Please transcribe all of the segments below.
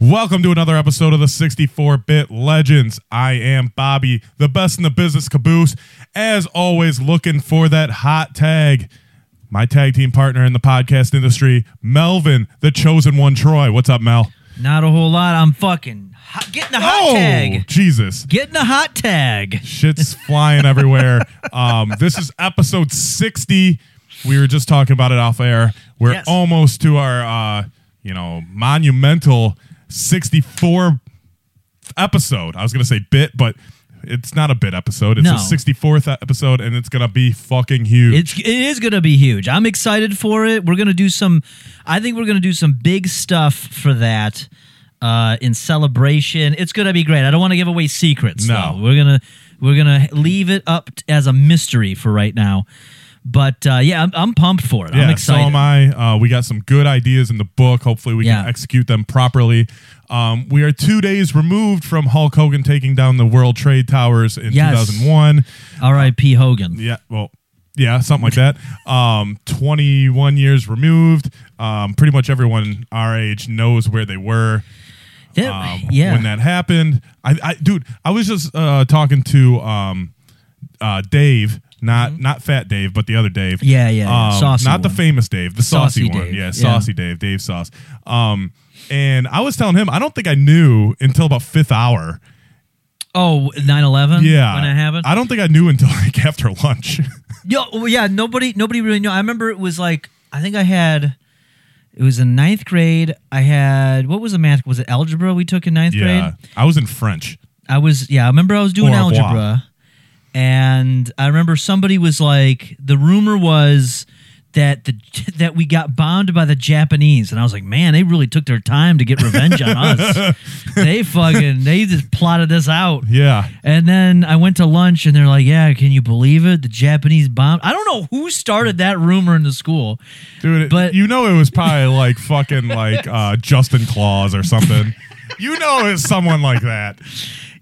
Welcome to another episode of the 64 Bit Legends. I am Bobby, the best in the business caboose. As always, looking for that hot tag. My tag team partner in the podcast industry, Melvin, the chosen one, Troy. What's up, Mel? Oh, Not a whole lot. I'm fucking hot, getting a hot tag. Jesus. Getting a hot tag. Shit's flying everywhere. Um, this is episode 60. We were just talking about it off air. We're Yes. almost to our, uh, you know, monumental 64 episode. I was going to say bit, but it's not a bit episode. It's No. a 64th episode, and it's going to be fucking huge. It's it is gonna be huge. I'm excited for it. We're gonna do some. I think we're gonna do some big stuff for that. Uh, in celebration, it's gonna be great. I don't want to give away secrets. No. though. we're gonna we're gonna leave it up t- as a mystery for right now. But uh, yeah, I'm, I'm pumped for it. I'm yeah, so excited. am I. Uh, we got some good ideas in the book. Hopefully, we can Yeah. execute them properly. Um, we are two days removed from Hulk Hogan taking down the World Trade Towers in Yes. 2001. R.I.P. Hogan. Yeah, well, yeah, something like that. Um, 21 years removed. Um, pretty much everyone our age knows where they were That- um, yeah. when that happened. I, I dude, I was just uh, talking to um, uh, Dave, not not Fat Dave, but the other Dave. Mm-hmm. Yeah, yeah, yeah. Um, Saucy not the one. famous Dave, the saucy, Saucy one. Dave, Yeah, yeah. saucy Dave, Dave Sauce. Um, and I was telling him, I don't think I knew until about fifth hour. oh, 9/11. Yeah, when it happened. I don't think I knew until like after lunch. Yo, well, yeah, nobody, nobody really knew. I remember it was like I think I had, it was in ninth grade. I had what was the math? Was it algebra we took in ninth yeah, grade? I was in French. I was yeah. I remember I was doing Au revoir. algebra, and I remember somebody was like, the rumor was that the that we got bombed by the Japanese, and I was like, man, they really took their time to get revenge on us. They fucking they just plotted us out. Yeah. And then I went to lunch and they're like, Yeah, can you believe it? The Japanese bomb. I don't know who started that rumor in the school. Dude, it- But- you know it was probably like fucking like uh, Justin Claus or something. you know it's someone like that.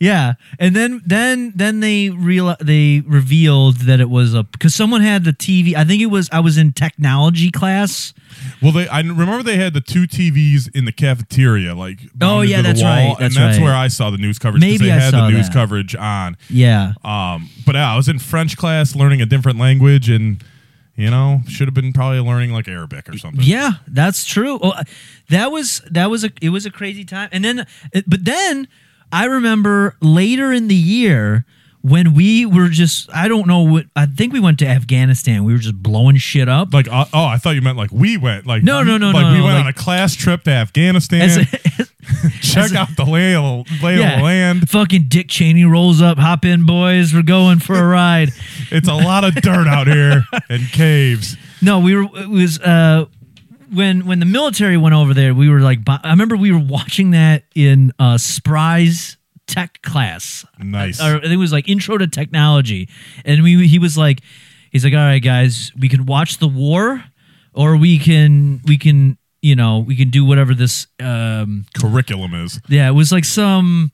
Yeah. And then then then they real they revealed that it was a because someone had the TV. I think it was I was in technology class. Well, they I remember they had the two TVs in the cafeteria, like mounted Oh, yeah, to the that's wall, right, and that's that's right. where I saw the news coverage. 'cause Maybe they I had saw the news that. coverage on. Yeah. Um, but yeah, I was in French class learning a different language, and you know should have been probably learning like Arabic or something. Yeah, that's true. Well, I- that was that was a it was a crazy time. And then it- but then I remember later in the year when we were just I don't know what I think we went to Afghanistan. We were just blowing shit up. Like uh, oh, I thought you meant like we went like No, no, no, like no, we no, went like- on a class trip to Afghanistan. As- check out the lay of, lay of the land. Fucking Dick Cheney rolls up, hop in, boys. We're going for a ride. It's a lot of dirt out here and caves. No, we were. It was uh, when when the military went over there. We were like, bo- I remember we were watching that in uh, Spry's tech class. Nice. Or I think it was like intro to technology, and we he was like, he's like, all right, guys, we can watch the war, or we can we can you know we can do whatever this um Curriculum is. Yeah, it was like some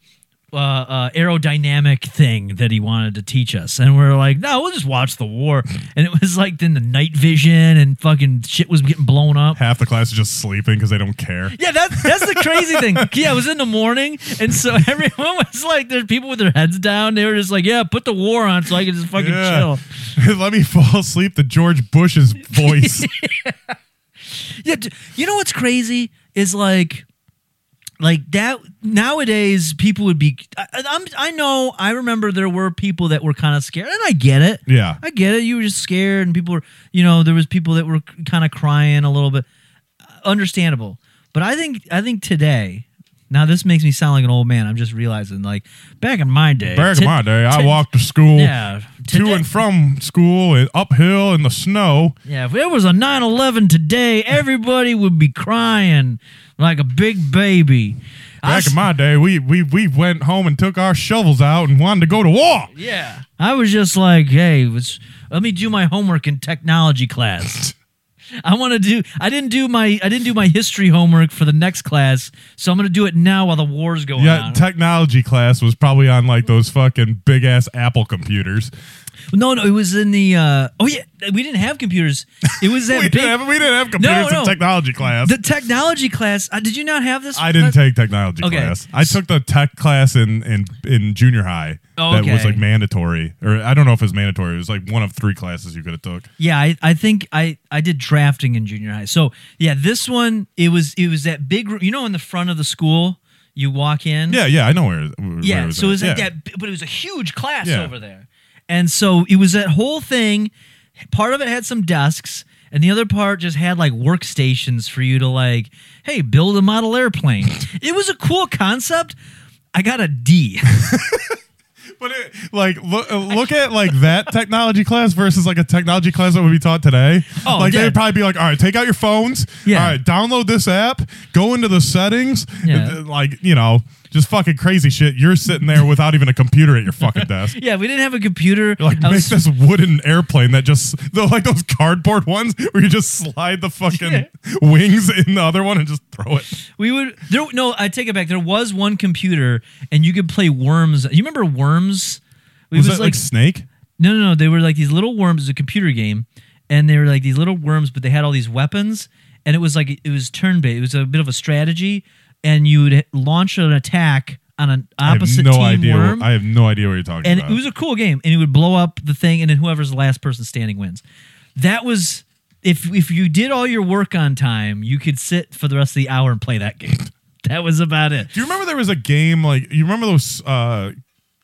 uh, uh, aerodynamic thing that he wanted to teach us, and we are like, no, we'll just watch the war. And it was like then the night vision and fucking shit was getting blown up. Half the class is just sleeping because they don't care. Yeah, that's that's the crazy thing. Yeah, it was in the morning, and so everyone was like, "There's people with their heads down." They were just like, "Yeah, put the war on, so I can just fucking Yeah. chill." Let me fall asleep to George Bush's voice. Yeah, d- you know what's crazy is like, like that nowadays people would be. I, I- I'm, I know. I remember there were people that were kind of scared, and I get it. yeah. I get it. You were just scared, and people were, you know, there was people that were kind of crying a little bit. Uh, Understandable, but I think I think today. Now this makes me sound like an old man. I'm just realizing, like back in my day, Back in ti- my day, I ti- walked to school, Yeah, to today- and from school, and uphill in the snow. Yeah, if it was a 9 11 today, everybody would be crying like a big baby. I Back s- in my day, we, we we went home and took our shovels out and wanted to go to war. yeah. I was just like, hey, let's, let me do my homework in technology class. I want to do. I didn't do my. I didn't do my history homework for the next class, so I'm gonna do it now while the war's going Yeah, on. technology class was probably on like those fucking big ass Apple computers. No, no, it was in the. Uh, oh yeah, we didn't have computers. It was that we, big. didn't have, we didn't have computers no. in technology class. the technology class. Uh, did you not have this? I didn't take technology Okay. class. I took the tech class in in, in junior high Oh, that was okay. like mandatory, or I don't know if it was mandatory. It was like one of three classes you could have took. Yeah, I, I think I, I did drafting in junior high. So yeah, this one it was it was that big room. You know, in the front of the school, you walk in. Yeah, yeah, I know where. where yeah. it was so it was at. like Yeah. that, bi- but it was a huge class Yeah. over there, and so it was that whole thing. Part of it had some desks, and the other part just had like workstations for you to like, hey, build a model airplane. it was a cool concept. I got a D. But it, like, look, look at like that technology class versus like a technology class that would be taught today. Oh, like yeah. they'd probably be like, all right, take out your phones. Yeah. All right, download this app. Go into the settings. Yeah. and, uh, like you know, just fucking crazy shit. You're sitting there without even a computer at your fucking desk. yeah, we didn't have a computer. Like I make was- this wooden airplane that just the, like those cardboard ones where you just slide the fucking wings in the other one and just throw it. We would there no, I take it back. There was one computer and you could play worms. You remember worms? It Was, that like, snake? no no no, they were like these little worms, it was a computer game, and they were like these little worms, but they had all these weapons, and it was like it was turn based. It was a bit of a strategy, and you would launch an attack on an opposite I have no team idea. worm. I have no idea what you're talking and about. it was a cool game, and it would blow up the thing, and then whoever's the last person standing wins. That was if if you did all your work on time, you could sit for the rest of the hour and play that game. That was about it. Do you remember there was a game like you remember those uh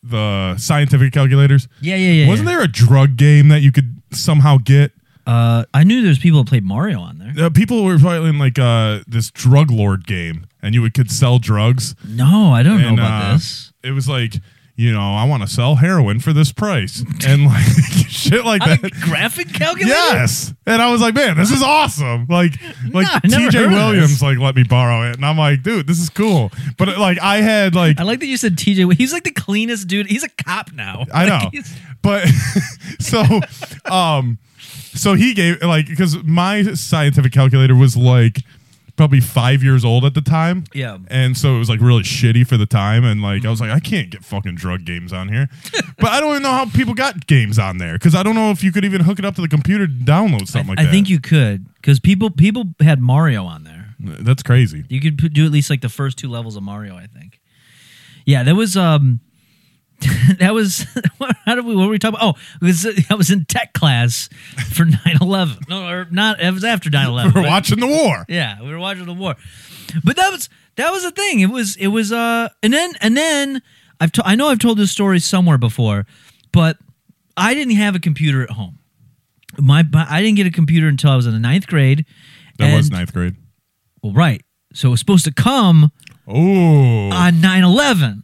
the scientific calculators? Yeah, yeah, yeah. Wasn't yeah. there a drug game that you could somehow get? Uh, I knew there's people that played Mario on there. Uh, people were playing like uh this drug lord game and you would could sell drugs. No, I don't And know about uh, this. it was like you know, I want to sell heroin for this price and like shit like A that. graphic calculator? Yes, and I was like, man, this is awesome. Like, like I never T.J. heard of Williams this. like let me borrow it, and I'm like, dude, this is cool. But like, I had like I like that you said TJ. He's like the cleanest dude. He's a cop now. I Like, know. he's- But so um so he gave like because my scientific calculator was like probably five years old at the time. Yeah. Mm-hmm. And so it was like really shitty for the time. And like I was like, I can't get fucking drug games on here. but I don't even know how people got games on there. Cause I don't know if you could even hook it up to the computer to download something like I that. think you could because people people had Mario on there. that's crazy. You could put- do at least like the first two levels of Mario, I think. Yeah, that was um, that was what, how did we what were we talking about? Oh, it was I was in tech class for 9-11. No, or not. It was after 9-11. We're but- watching the war. Yeah, we were watching the war, but that was that was the thing. It was it was uh, and then and then I've to- I know I've told this story somewhere before, but I didn't have a computer at home. My I didn't get a computer until I was in the ninth grade. That was and- ninth grade. Well, right. So it was supposed to come Oh, on 9-11. Uh,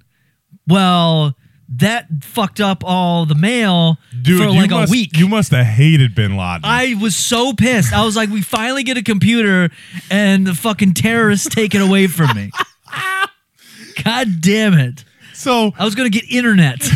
Well, that fucked up all the mail dude! for you like must, a week. You must have hated Bin Laden. I was so pissed. I was like, we finally get a computer and the fucking terrorists take it away from me. God damn it. so I was going to get internet.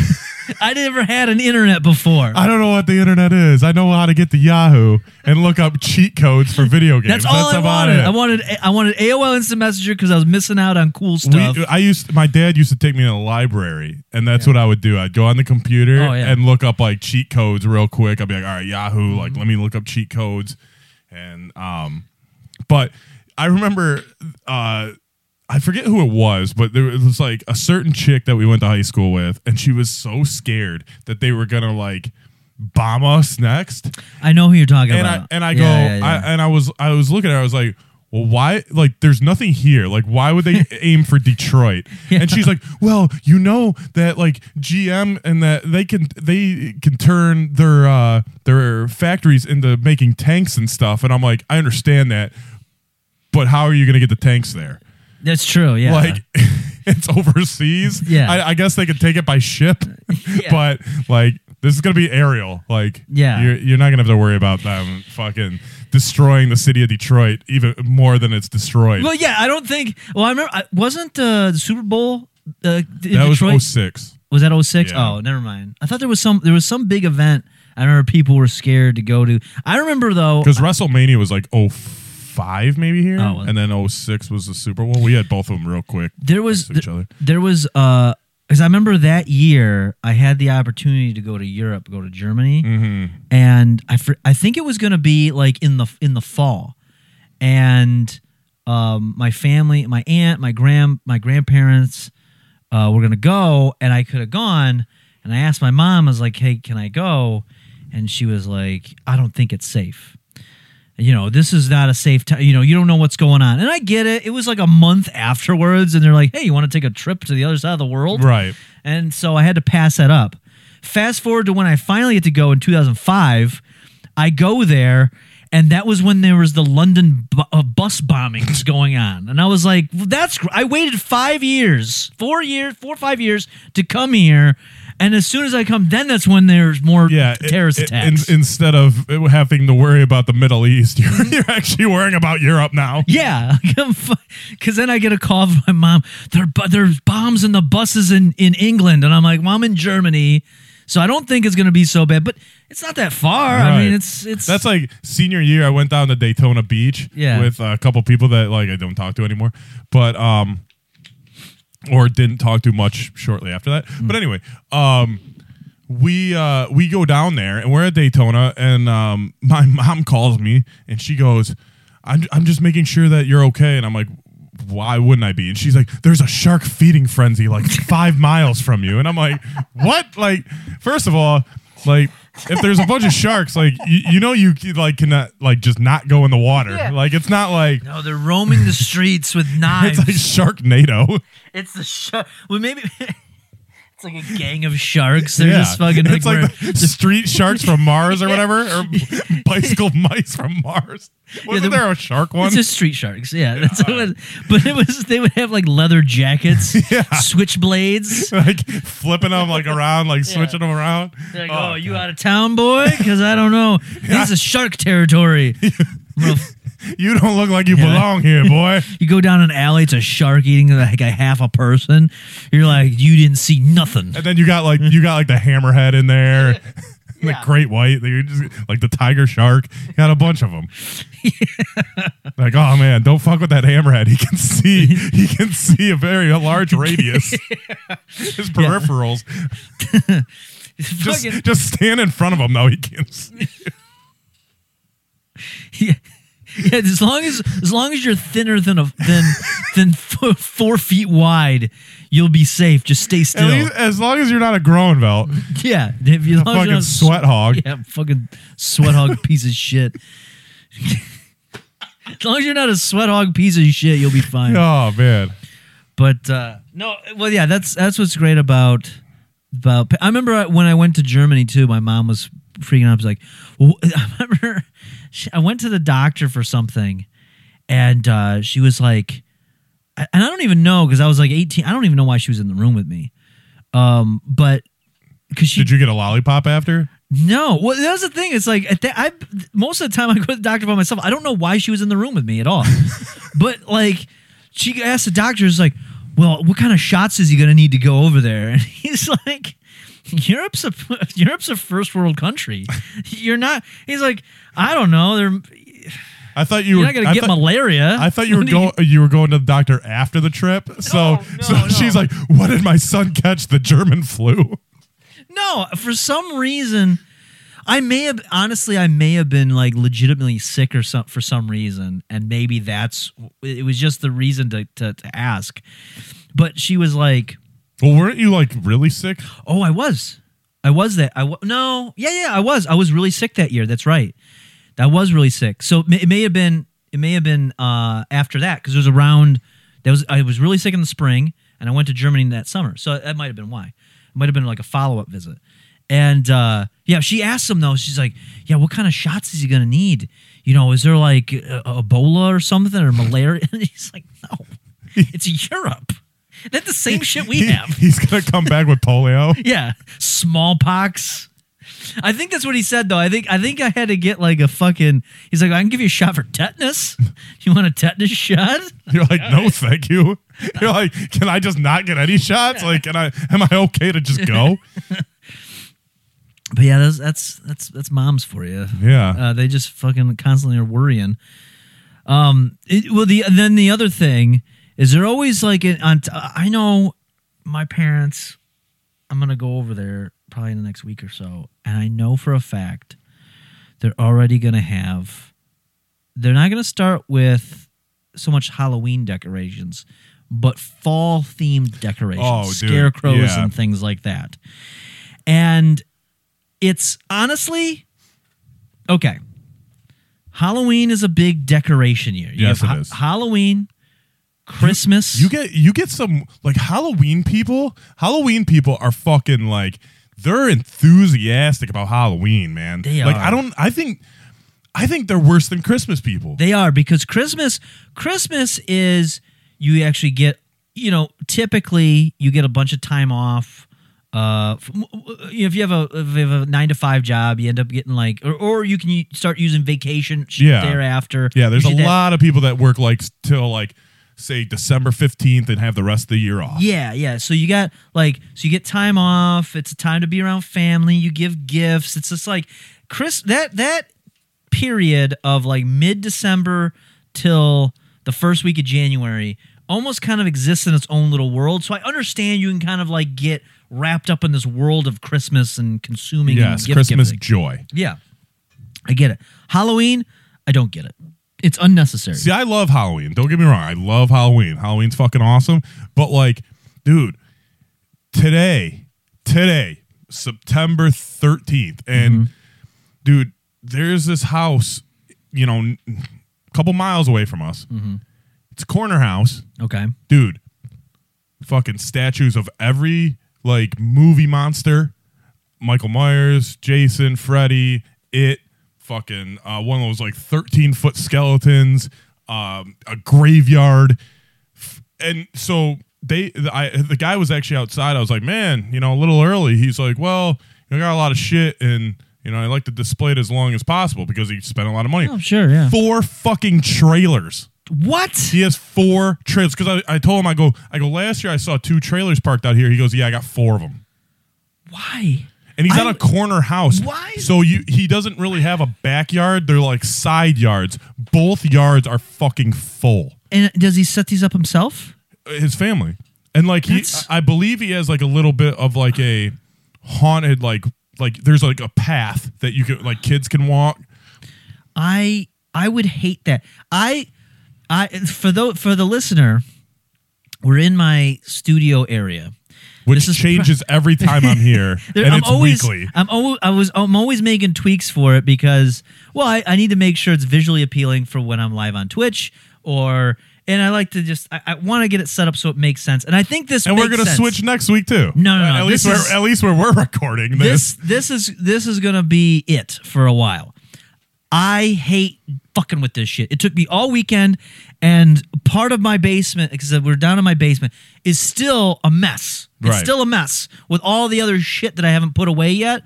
I never had an internet before. I don't know what the internet is. I know how to get to Yahoo and look up cheat codes for video games. That's all I about wanted. it. I wanted I wanted AOL Instant Messenger because I was missing out on cool stuff. We, uh, I used my dad used to take me to the library, and that's what I would do. I'd go on the computer Oh, yeah. and look up like cheat codes real quick. I'd be like, all right, Yahoo, Mm-hmm. like let me look up cheat codes, and um, but I remember uh. I forget who it was, but there was like a certain chick that we went to high school with, and she was so scared that they were gonna like bomb us next. I know who you're talking and about. I and I Yeah, go yeah, yeah. I, and I was I was looking at her, I was like well why like there's nothing here like why would they aim for Detroit and she's like well you know that like GM and that they can they can turn their uh their factories into making tanks and stuff and I'm like I understand that but how are you gonna get the tanks there That's true. Yeah. like it's overseas Yeah. I, I guess they could take it by ship Yeah. but like this is gonna be aerial like Yeah. you're, you're not gonna have to worry about them fucking destroying the city of detroit even more than it's destroyed well, yeah. I don't think. Well, I remember. I, wasn't uh, the Super Bowl uh, in that Detroit? was 06 Was that 06? Yeah. Oh, never mind. I thought there was some there was some big event. I remember people were scared to go to. I remember though. because wrestlemania was like 05 maybe here Oh, well. and then 06 was the super bowl we had both of them real quick there was to each other. there was uh because I remember that year I had the opportunity to go to Europe, go to Germany, Mm-hmm. and I fr- I think it was gonna be like in the in the fall, and um, my family, my aunt, my grand my grandparents uh, were gonna go, and I could have gone, and I asked my mom, I was like, hey, can I go? And she was like, I don't think it's safe. You know, this is not a safe time. You know, you don't know what's going on. And I get it. It was like a month afterwards, and they're like, hey, you want to take a trip to the other side of the world? Right. And so I had to pass that up. Fast forward to when I finally get to go in 2005, I go there, and that was when there was the London bu- uh, bus bombings going on. And I was like, well, that's, gr- I waited five years, four years, four or five years to come here. And as soon as I come, then that's when there's more Yeah. it- terrorist it- in- attacks. instead of having to worry about the Middle East, you're, you're actually worrying about Europe now. Yeah, because then I get a call from my mom. There, bu- there's bombs in the buses in in England, and I'm like, Mom, in Germany. So I don't think it's gonna be so bad, but it's not that far. I mean, Right. it's it's That's like senior year. I went down to Daytona Beach Yeah. with a couple people that like I don't talk to anymore, but um, or didn't talk to much shortly after that. But anyway, um, we uh we go down there and we're at Daytona, and um, my mom calls me and she goes, "I'm I'm just making sure that you're okay," and I'm like. Why wouldn't I be? And she's like, "There's a shark feeding frenzy like five miles from you," and I'm like, "What?" Like, first of all, like if there's a bunch of sharks, like you, you know, you like cannot like just not go in the water. Yeah. Like it's not like no, they're roaming the streets with it's knives. like Sharknado. It's the shark. Well, maybe it's like a gang of sharks. They're just fucking. it's like, we're- the street sharks from Mars or whatever, or bicycle mice from Mars. Wasn't the- there a shark one? It's just street sharks, yeah. That's what it- but it was they would have like leather jackets, Yeah. switchblades. like flipping them like around, like switching them around. They're like, Oh, oh, you out of town, boy? Because I don't know. This is shark territory. I'm gonna- You don't look like you belong here, boy. you go down an alley, it's a shark eating like a half a person. You're like, you didn't see nothing. And then you got like you got like the hammerhead in there, the Yeah. great white, you just, like the tiger shark. You got a bunch of them. Like oh man, don't fuck with that hammerhead. He can see he can see a very large radius. His peripherals just Fucking- just stand in front of him though. He can't. See. yeah. Yeah, as long as as long as you're thinner than a than than four, four feet wide, you'll be safe. Just stay At still. least, as long as you're not a Groenvelt, yeah, if you as long as you're fucking not- sweat hog. Yeah, fucking sweat hog piece of shit. as long as you're not a sweat hog piece of shit, you'll be fine. Oh man, but uh, no, well, yeah, that's that's what's great about about. I remember uh, when I went to Germany too. My mom was freaking out. She was like, "Wh- I remember she, I went to the doctor for something, and uh, she was like, I- and I don't even know because I was like 18. I don't even know why she was in the room with me, um, but because she did you get a lollipop after? no, well, that's the thing. It's like at that, I most of the time I go to the doctor by myself. I don't know why she was in the room with me at all, but like she asked the doctor, "Is like, well, what kind of shots is he going to need to go over there?" And he's like, "Europe's a Europe's a first world country. You're not." He's like, "I don't know. They're, I thought you you're were. not going I to get thought- malaria." I thought you were What do going. You were going to the doctor after the trip. So, No, no, so no. she's like, "What did my son catch? The German flu." No, for some reason, I may have honestly, I may have been like legitimately sick or some for some reason, and maybe that's it was just the reason to to, to ask. But she was like, Well, weren't you like really sick? "Oh, I was, I was that I wa- no, yeah, yeah, I was, I was really sick that year. That's right, I was really sick. So it may, it may have been, it may have been uh, after that because it was around. That was I was really sick in the spring, and I went to Germany that summer. So that might have been why. It might have been like a follow up visit. And uh, yeah, she asked him though. She's like, "Yeah, what kind of shots is he gonna need? You know, is there like uh, Ebola or something or malaria?" And he's like, "No, it's Europe. That's the same shit we He- have." He's gonna come back with polio. yeah, smallpox. I think that's what he said though. I think I think I had to get like a fucking. He's like, I can give you a shot for tetanus. You want a tetanus shot? You're like, no, thank you. You're like, can I just not get any shots? Like, can I? Am I okay to just go? But yeah, that's that's that's, that's moms for you. Yeah. Uh, they just fucking constantly are worrying. Um. it- well, the then the other thing is they're always like in- on. t- I know my parents, I'm gonna go over there probably in the next week or so, and I know for a fact they're already gonna have. They're not gonna start with so much Halloween decorations, but fall themed decorations, Oh, dude, scarecrows yeah. and things like that. And it's honestly okay. Halloween is a big decoration year. You Yes, have it Ha- is. Halloween, Christmas. You get you get some like Halloween people. Halloween people are fucking like they're enthusiastic about Halloween, man. They like are. I don't I think I think they're worse than Christmas people. They are because Christmas Christmas is you actually get you know typically you get a bunch of time off. Uh, from- if you have a if you have a nine to five job, you end up getting like, or, or you can u- start using vacation shit Yeah. thereafter. yeah, there's a Usually that- lot of people that work like till like say December 15th and have the rest of the year off. Yeah, yeah. So you got like, so you get time off. It's a time to be around family. You give gifts. It's just like Chris that that period of like mid December till the first week of January almost kind of exists in its own little world. So I understand you can kind of like get wrapped up in this world of Christmas and consuming. and Yes, gift Christmas giving. joy. Yeah, I get it. Halloween, I don't get it. It's unnecessary. See, I love Halloween. Don't get me wrong. I love Halloween. Halloween's fucking awesome. But like, dude, today, today, September 13th, and dude, there's this house, you know, n- a couple miles away from us. It's a corner house. okay. Dude, fucking statues of every like movie monster. Michael Myers, Jason, Freddy, it, fucking uh, one of those like 13 foot skeletons, um, a graveyard. F- And so they, the, I, the guy was actually outside. I was like, man, you know, a little early. He's like, well, I got a lot of shit and, you know, I like to display it as long as possible because he spent a lot of money. Oh, sure. Yeah. Four fucking trailers. What? He has four trailers because I, I told him I go I go last year I saw two trailers parked out here. He goes, yeah, I got four of them Why? and he's I- on a corner house. Why is- So you he doesn't really have a backyard. They're like side yards. Both yards are fucking full. And does he set these up himself? His family and like he, That's- I believe he has like a little bit of like a haunted like like there's like a path that you can like kids can walk. I I would hate that. I I for the for the listener, we're in my studio area. Which This is changes every time I'm here, There- and I'm it's always, weekly. I'm always, I was, I'm always making tweaks for it because, well, I, I need to make sure it's visually appealing for when I'm live on Twitch or, and I like to just, I, I want to get it set up so it makes sense. And I think this, And we're makes gonna sense. switch next week too. No, no, no, At least this where is- at least where we're recording this. this this is this is gonna be it for a while. I hate fucking with this shit. It took me all weekend, and part of my basement, because we're down in my basement, is still a mess. It's Right. still a mess with all the other shit that I haven't put away yet.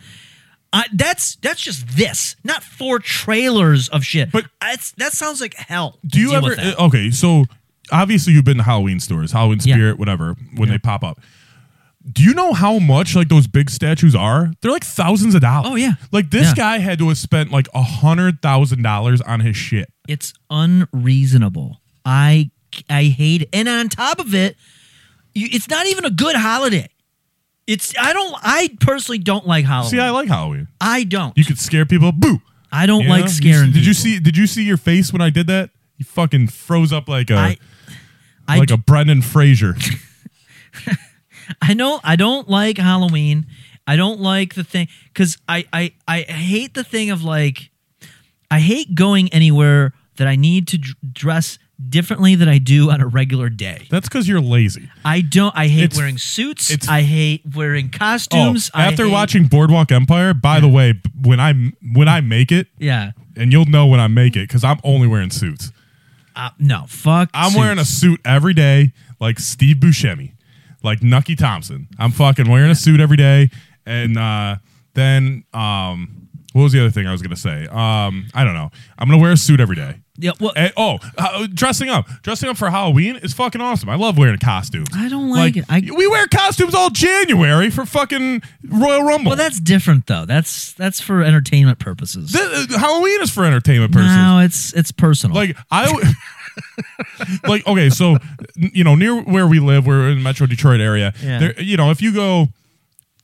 I, that's that's just this, not four trailers of shit. But- it's, that sounds like hell. to Do you deal ever? with that. uh, Okay, so obviously you've been to Halloween stores, Halloween Yeah. Spirit, whatever, when they pop up. Do you know how much like those big statues are? They're like thousands of dollars. Oh, yeah. like this Yeah. guy had to have spent like a hundred thousand dollars on his shit. It's unreasonable. I I hate it. And on top of it, you, it's not even a good holiday. It's I don't I personally don't like Halloween. See, I I, like Halloween. don't. You could scare people. Boo! I don't You know? like scaring. You, did you people. see? Did you see your face when I did that? You fucking froze up like a I I uh, like d- a Brendan Fraser. I know I don't like Halloween. I don't like the thing because I, I I hate the thing of like I hate going anywhere that I need to d- dress differently than I do on a regular day. That's because you're lazy. I don't. I hate It's- wearing suits. it's- I hate wearing Oh, costumes. I after hate- watching Boardwalk Empire, by the way, b- when I when I make it, yeah, and you'll know when I make it because I'm only wearing suits. uh, no, fuck. I'm suits. wearing a suit every day, like Steve Buscemi, like Nucky Thompson. I'm fucking wearing a suit every day, and uh, then um, what was the other thing I was gonna say? Um, I don't know. I'm gonna wear a suit every day. yeah. Well, And- oh, uh, dressing up, dressing up for Halloween is fucking awesome. I love wearing costumes. I don't like it. I- we wear costumes all January for fucking Royal Rumble. well, that's different though. That's that's for entertainment purposes. Th- uh, Halloween is for entertainment purposes. No, it's it's personal. Like I, w- like okay, so n- you know, near where we live, we're in Metro Detroit area. Yeah. There, you know, if you go,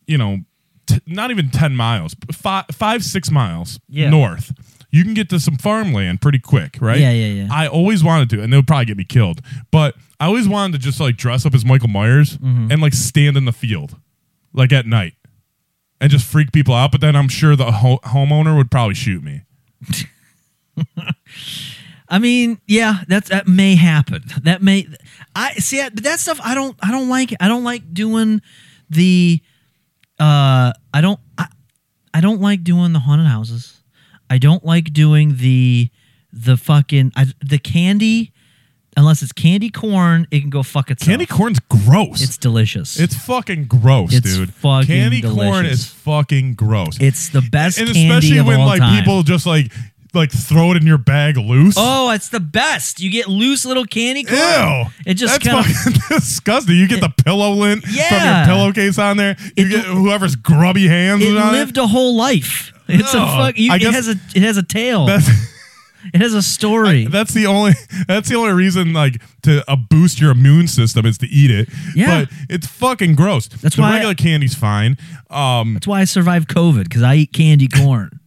you know, t- not even ten miles, five, five, six miles Yeah. north, you can get to some farmland pretty quick, right? Yeah, yeah, yeah. I always wanted to, and they would probably get me killed, but I always wanted to just like dress up as Michael Myers Mm-hmm. and like stand in the field, like at night, and just freak people out. But then I'm sure the ho- homeowner would probably shoot me. I mean, yeah, that's that may happen. That may I see I- but that stuff I don't I don't like I don't like doing the uh I don't I, I don't like doing the haunted houses. I don't like doing the the fucking I, the candy unless it's candy corn, it can go fuck itself. Candy corn's gross. it's delicious. It's fucking gross, It's dude. fucking candy corn delicious. is fucking gross. it's the best and candy especially of when all like time. people just like like throw it in your bag loose. Oh, it's the best. You get loose little candy corn. Ew! It just that's kind of fucking disgusting. You get the pillow lint Yeah. from your pillowcase on there. You It- get whoever's grubby hands It is on lived a whole life. It's a Ugh. fuck. You, I it guess- has a it has a tail. That's, It has a story. that's the only that's the only reason like to uh, boost your immune system is to eat it. Yeah. but it's fucking gross. That's the why I- regular candy's fine. Um, that's why I survived COVID because I eat candy corn.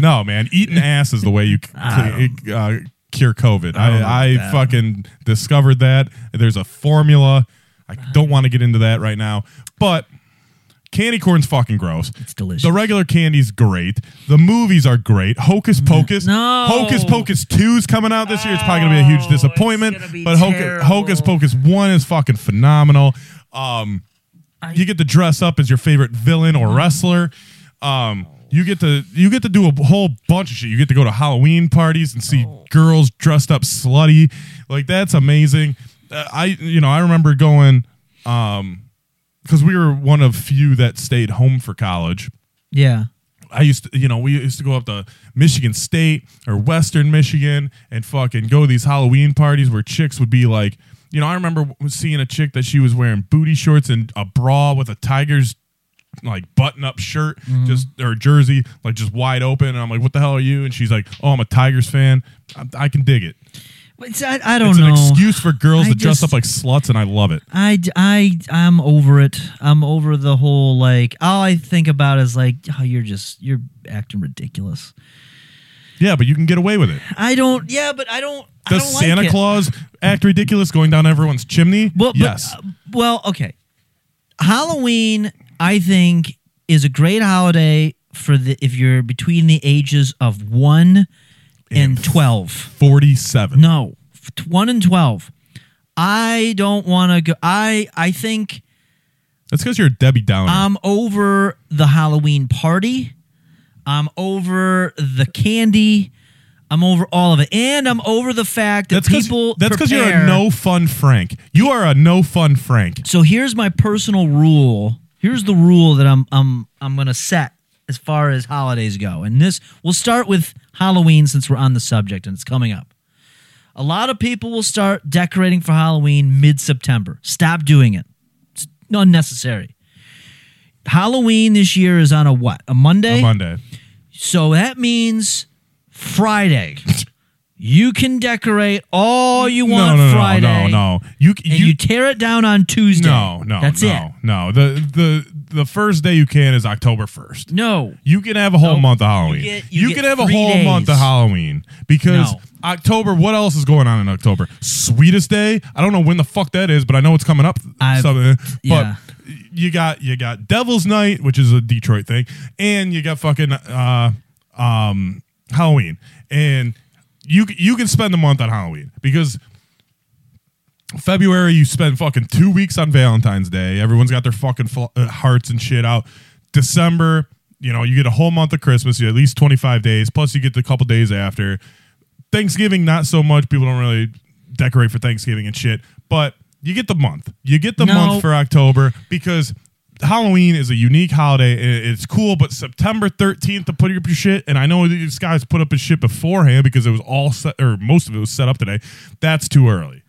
No, man, eating ass is the way you c- uh, cure COVID. don't know I, I about that. fucking discovered that. There's a formula. I don't want to get into that right now, but candy corn's fucking gross. It's delicious. The regular candy's great. The movies are great. Hocus Pocus. Mm-hmm. No. Hocus Pocus 2's coming out this year. It's probably going to be a huge Oh, it's disappointment, gonna be but Hocus, terrible. Hocus Pocus 1 is fucking phenomenal. Um, you get to dress up as your favorite villain or wrestler. Um, you get to you get to do a whole bunch of shit. You get to go to Halloween parties and see Oh. girls dressed up slutty. Like that's amazing. Uh, I you know I remember going um because we were one of few that stayed home for college. Yeah. I used to, you know, we used to go up to Michigan State or Western Michigan and fucking go to these Halloween parties where chicks would be like, you know, I remember seeing a chick that she was wearing booty shorts and a bra with a tiger's like button up shirt, Mm-hmm. just or jersey, like just wide open. And I'm like, what the hell are you? And she's like, oh, I'm a Tigers fan. I, I can dig it. But it's- I, I don't It's an know. excuse for girls Oh, I to dress just- up like sluts, and I love it. I, I, I'm over it. I'm over the whole like. All I think about is like, oh, you're just you're acting ridiculous. Yeah, but you can get away with it. I don't. Yeah, but I don't. I Does don't Santa like it. Claus act ridiculous going down everyone's chimney? Well, but, yes. uh, well, okay. Halloween, I think, is a great holiday for the if you're between the ages of one and twelve. 47. No, f- one and twelve. I don't want to go. I I think That's because you're a Debbie Downer. I'm over the Halloween party. I'm over the candy. I'm over all of it, and I'm over the fact that that's because people. that's because you're a prepare- no fun Frank. You are a no fun Frank. So here's my personal rule. Here's the rule that I'm I'm I'm gonna set as far as holidays go. And this we'll start with Halloween since we're on the subject and it's coming up. A lot of people will start decorating for Halloween mid-September. Stop doing it. It's unnecessary. Halloween this year is on a what? A Monday? on Monday. So that means Friday. you can decorate all you No, want no, no, Friday. no, no. You And you, you, tear it down on Tuesday. no no That's no it. no the the the first day you can is October first. No. You can have a whole Nope. month of Halloween. You get- you get can have a three whole days. month of Halloween because No. October. What else is going on in October? Sweetest Day. I don't know when the fuck that is, but I know it's coming up. I've- something. But yeah. you got you got Devil's Night, which is a Detroit thing, and you got fucking uh, um, Halloween, and you you can spend a month on Halloween because February, you spend fucking two weeks on Valentine's Day. Everyone's got their fucking fl- uh, hearts and shit out. December, you know, you get a whole month of Christmas, you at least 25 days, plus you get the couple days after. Thanksgiving, not so much. People don't really decorate for Thanksgiving and shit, but you get the month. You get the No. month for October because Halloween is a unique holiday. and It's cool, but September 13th to put up your shit, and I know these guys put up his shit beforehand because it was all set, or most of it was set up today. That's too early.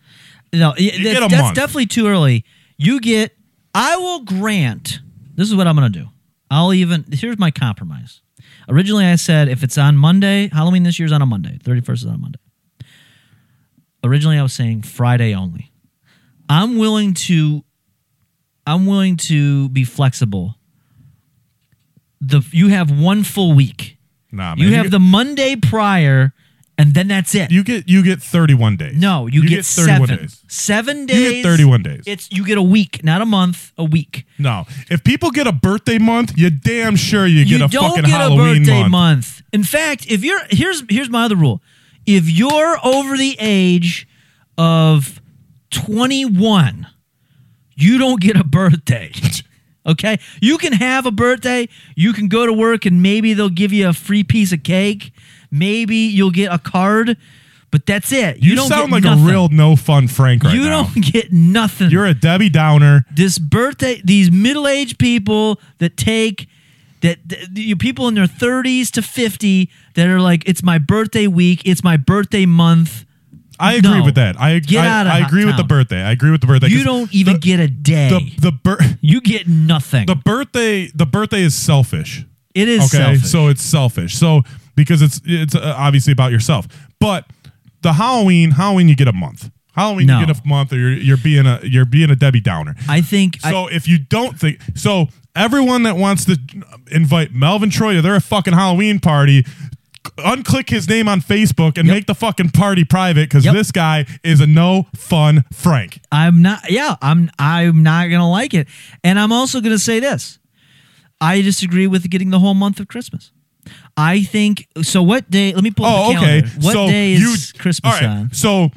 No, y- that's, get a that's month. definitely too early. You get, I will grant, this is what I'm going to do. I'll even, here's my compromise. Originally, I said if it's on Monday, Halloween this year's on a Monday, 31st is on a Monday. originally I was saying Friday only. I'm willing to I'm willing to be flexible. The you have one full week. Nah, man. You have get, the Monday prior and then that's it. You get you get 31 days. no, you, get, seven. days. Seven You days. get 31 days. It's you get a week, not a month, a week. no, if people get a birthday month, you damn sure you get you a don't fucking get a Halloween birthday month. In fact, if you're here's here's my other rule. If you're over the age of 21, you don't get a birthday. Okay? You can have a birthday, you can go to work and maybe they'll give you a free piece of cake, maybe you'll get a card, but that's it. You, You, don't sound get like nothing. a real no fun Frank right You now. don't get nothing You're a Debbie Downer. this birthday these middle-aged people that take that, that you people in their 30s to 50 that are like it's my birthday week it's my birthday month I agree No. with that. I Get I, out of I agree with the town. birthday. I agree with the birthday. you 'cause don't even the, get a day the the bir- you get nothing the birthday the birthday is selfish. it is Okay, selfish. so it's selfish. So because it's it's uh, obviously about yourself, but the Halloween Halloween you get a month. Halloween No. you get a month, or you're you're being a you're being a Debbie Downer. i think I, So if you don't think so, everyone that wants to invite Melvin Troy to their fucking Halloween party, unclick his name on Facebook and make the fucking party private because Yep. this guy is a no fun Frank. I'm not. Yeah, I'm. I'm not gonna like it. And I'm also gonna say this. I disagree with getting the whole month of Christmas. I think so. What day? Let me pull up Oh, the okay. calendar. What so day is you, Christmas all right, on? So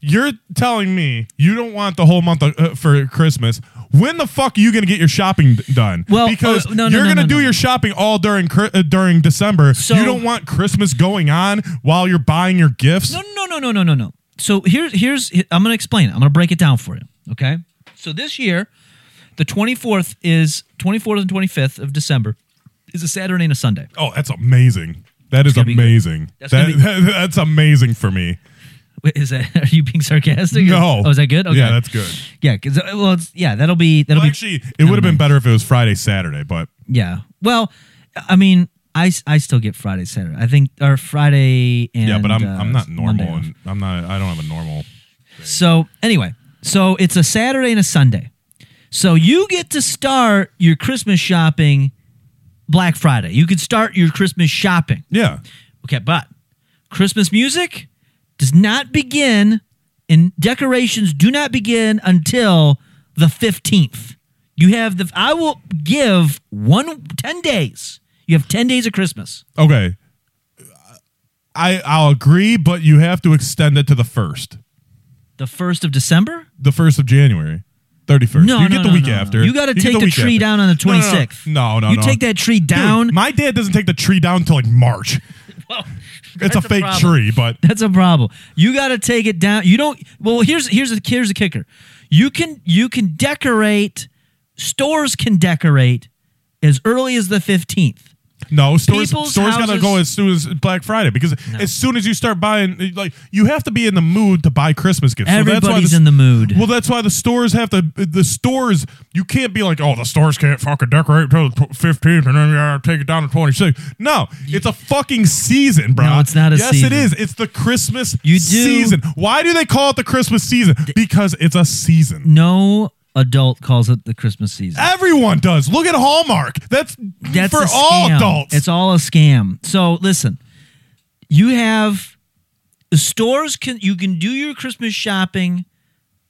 you're telling me you don't want the whole month uh, for Christmas. When the fuck are you gonna get your shopping d- done? Well, uh, because no, no, you're no, gonna no, do no. your shopping all during Chri- uh, during December. So- you don't want Christmas going on while you're buying your gifts. No, no, no, no, no, no, no. So here's here's I'm gonna explain it. I'm gonna break it down for you. Okay. So this year, the 24th is 24th and 25th of December is a Saturday and a Sunday. Oh, that's amazing. That is gonna be good. amazing. That's that, gonna be- that- that's amazing for me. Wait, is that are you being sarcastic? No. Oh, is that good? Okay. Yeah, that's good. yeah. 'cause, uh, well, it's, yeah, that'll be that'll Well, be actually, it would have been better if it was Friday, Saturday, but Yeah. Well, I mean, I, I still get Friday, Saturday. I think or Friday and yeah, but I'm uh, I'm not normal Monday off. and I'm not I don't have a normal. So anyway, so it's a Saturday and a Sunday. So you get to start your Christmas shopping Black Friday. You could start your Christmas shopping. Yeah. Okay, but Christmas music does not begin and decorations do not begin until the 15th. You have the I will give one 10 days. You have 10 days of Christmas. Okay. I I'll agree, but you have to extend it to the 1st. The 1st of December? The 1st of January. 31st. No, you no, get the no, week no, no. after. You gotta get take the week tree down on the No, no, no. 26th. No, no, you no. take that tree Dude, down. my dad doesn't take the tree down until like March. Well, It's that's a fake problem. tree, but That's a problem. You got to take it down. You don't. Well, here's here's the here's the kicker. You can you can decorate. Stores can decorate as early as the fifteenth. No, stores People's stores gotta houses- go as soon as Black Friday because as soon as you start buying, like you have to be in the mood to buy Christmas gifts. So that's why Everybody's s- in the mood. Well, that's why the stores have to. The stores you can't be like, oh, the stores can't fucking decorate till the fifteenth and then you gotta take it down to twenty sixth. No, it's a fucking season, bro. No, it's not a yes, season. it is. It's the Christmas You do- season. Why do they call it the Christmas season? Because it's a season. No adult calls it the Christmas season. Everyone does. Look at Hallmark. That's, That's for a all scam. adults. It's all a scam. So listen, you have the stores can you can do your Christmas shopping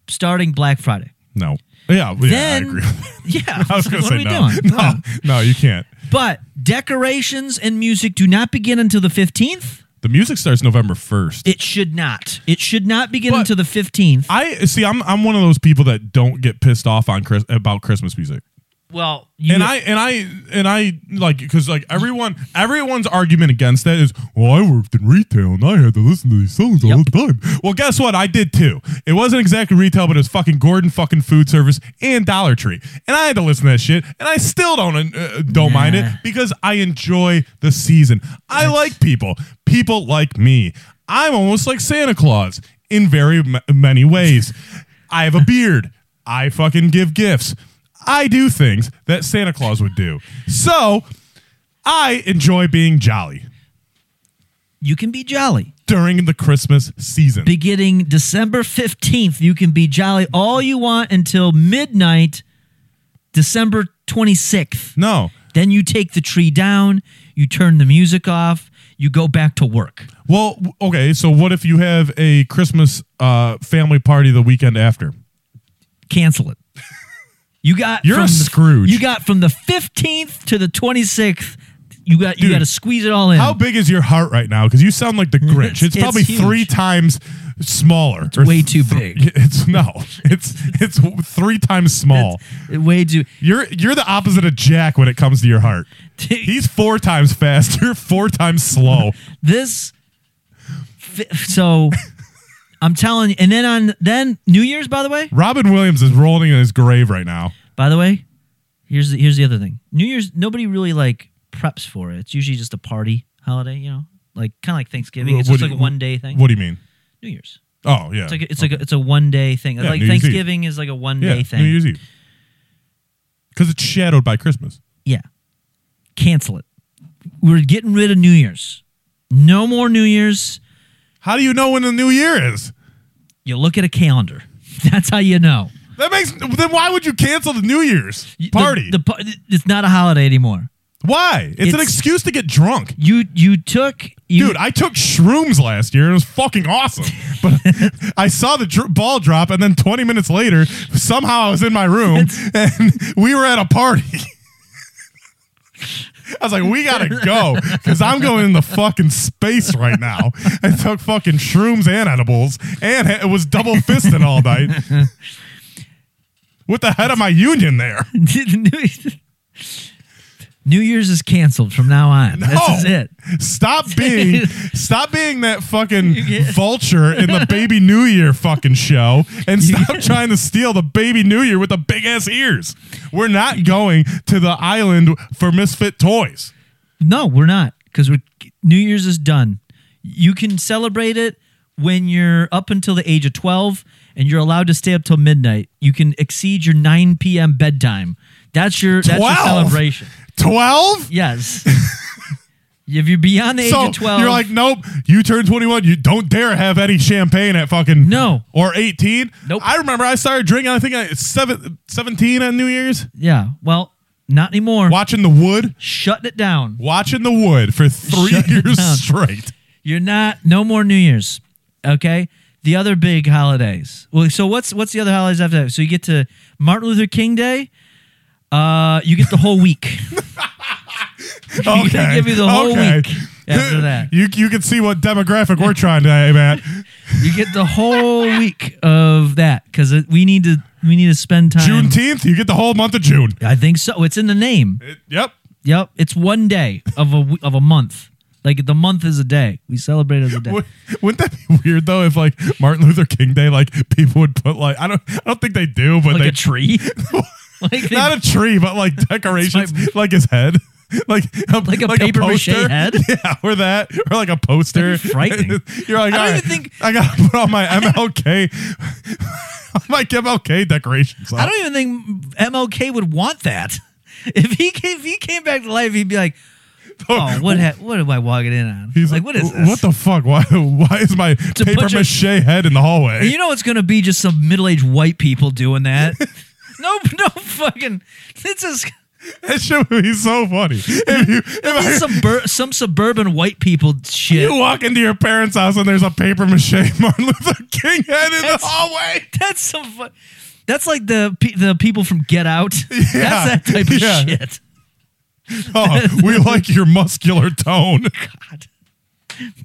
starting Black Friday. no. Yeah, yeah, Then- I agree. Yeah, I was gonna what say are we no. doing? No, no, you can't. But decorations and music do not begin until the 15th. The music starts November first. It should not. It should not begin But- until the 15th. I see. I'm I'm one of those people that don't get pissed off on Chris, about Christmas music. Well, you, and I and I and I like because like everyone everyone's argument against that is well I worked in retail and I had to listen to these songs all Yep. the time. Well, guess what? I did too. It wasn't exactly retail, but it was fucking Gordon fucking food service and Dollar Tree, and I had to listen to that shit, and I still don't uh, don't mind it Nah. because I enjoy the season. I like people. People like me. I'm almost like Santa Claus in very m- many ways. I have a beard. I fucking give gifts. I do things that Santa Claus would do. So I enjoy being jolly. you can be jolly. during the Christmas season. beginning December 15th. You can be jolly all you want until midnight, December 26th. no. Then you take the tree down, you turn the music off, you go back to work. Well, w- okay. So what if you have a Christmas uh, family party the weekend after? Cancel it. You got You're a from the- Scrooge. You got from the 15th to the 26th. You got you Dude, got to squeeze it all in. How big is your heart right now? Because you sound like the Grinch. It's, It's- it's probably huge. three times smaller. It's way too big. It's no. It's it's three times small. Way too. You're you're the opposite of Jack when it comes to your heart. He's four times fast. You're four times slow. this fi- so i'm telling you and then on then new year's by the way Robin Williams is rolling in his grave right now. by the way here's the here's the other thing new year's nobody really like preps for it it's usually just a party holiday you know like kind of like thanksgiving it's What just do like you- a one day thing What do you mean? new year's Oh yeah, it's like a, it's like a, it's a one day thing Yeah, like New Year's Eve. thanksgiving is like a one yeah, day thing New Year's Eve. Because it's shadowed by Christmas. yeah cancel it we're getting rid of new year's no more new year's How do you know when the new year is? you look at a calendar that's how you know That makes then why would you cancel the New Year's You- the- party? the par- it's not a holiday anymore why? It's, an It's- excuse to get drunk. You you took you Dude, I took shrooms last year. It was fucking awesome. But I saw the dr- ball drop, and then 20 minutes later, somehow I was in my room and we were at a party. I was like, we gotta go because I'm going in the fucking space right now. I took fucking shrooms and edibles, and it was double fisting all night with the head of my union there. New Year's is canceled from now on. This is No. it. Oh. Stop being stop being that fucking get- vulture in the baby new year fucking show and stop trying to steal the baby new year with the big ass ears. We're not going to the island for misfit toys. No, we're not because we're New Year's is done. You can celebrate it when you're up until the age of twelve, and you're allowed to stay up till midnight. You can exceed your nine p.m. bedtime. That's your that's your 12? celebration. 12? Yes. if you're beyond the age So of 12 you're like, nope, you turn 21, you don't dare have any champagne at fucking No. or 18. Nope. I remember I started drinking, I think I seven, 17 on New Year's, yeah. Well, not anymore. watching the wood, Shut it down. watching the wood for three Shut it down. years straight. You're not no more New Year's. Okay? The other big holidays. Well, so what's what's the other holidays after that? So you get to Martin Luther King Day. Uh, you get the whole week. okay. They give Oh, you the whole okay. week after that. You you can see what demographic we're trying to aim at. You get the whole week of that because we need to we need to spend time. Juneteenth, you get the whole month of June. I think so. It's in the name. It- yep. Yep, it's one day of a w- of a month. Like the month is a day. We celebrate as a day. Wou- Wouldn't that be weird though if like Martin Luther King Day, like people would put like I don't I don't think they do, but Like they a tree. like they- not a tree, but like decorations, like his head. Like a, Like a paper mache poster. head? yeah, or that, or like a poster. That'd be frightening. You're like, I don't "All right, even think- I gotta put all my MLK, all my MLK decorations. Up. I don't even think MLK would want that. If he came, if he came back to life, he'd be like, "Oh, what ha- what am I walking in on? He's like, what is this? What the fuck? Why? Why is my paper bunch of- mache head in the hallway? you know it's gonna be just some middle aged white people doing that. no, no fucking. It's just that shit would be so funny. If you, if I, it's some bur- some suburban white people shit. you walk into your parents' house and there's a paper mache Martin Luther King head in the That's- hallway. That's some. Fu- that's like the pe- the people from Get Out. Yeah, that's that type of yeah. shit. Oh, we like your muscular tone. God,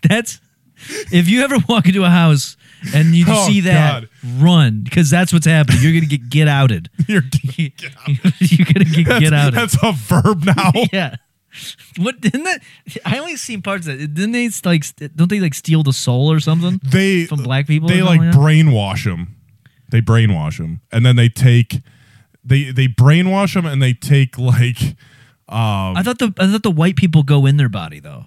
that's. If you ever walk into a house and you Oh, see that, God. run because that's what's happening. You're gonna get get outed. You're, You're gonna get that's, get out of That's a verb now. yeah. What didn't that? I only seen parts of it. Didn't they like? st- Don't they like steal the soul or something? They From black people Uh, They or like something like that? brainwash him. They brainwash him, and then they take. They they brainwash him, and they take like. Um, I thought the I thought the white people go in their body though.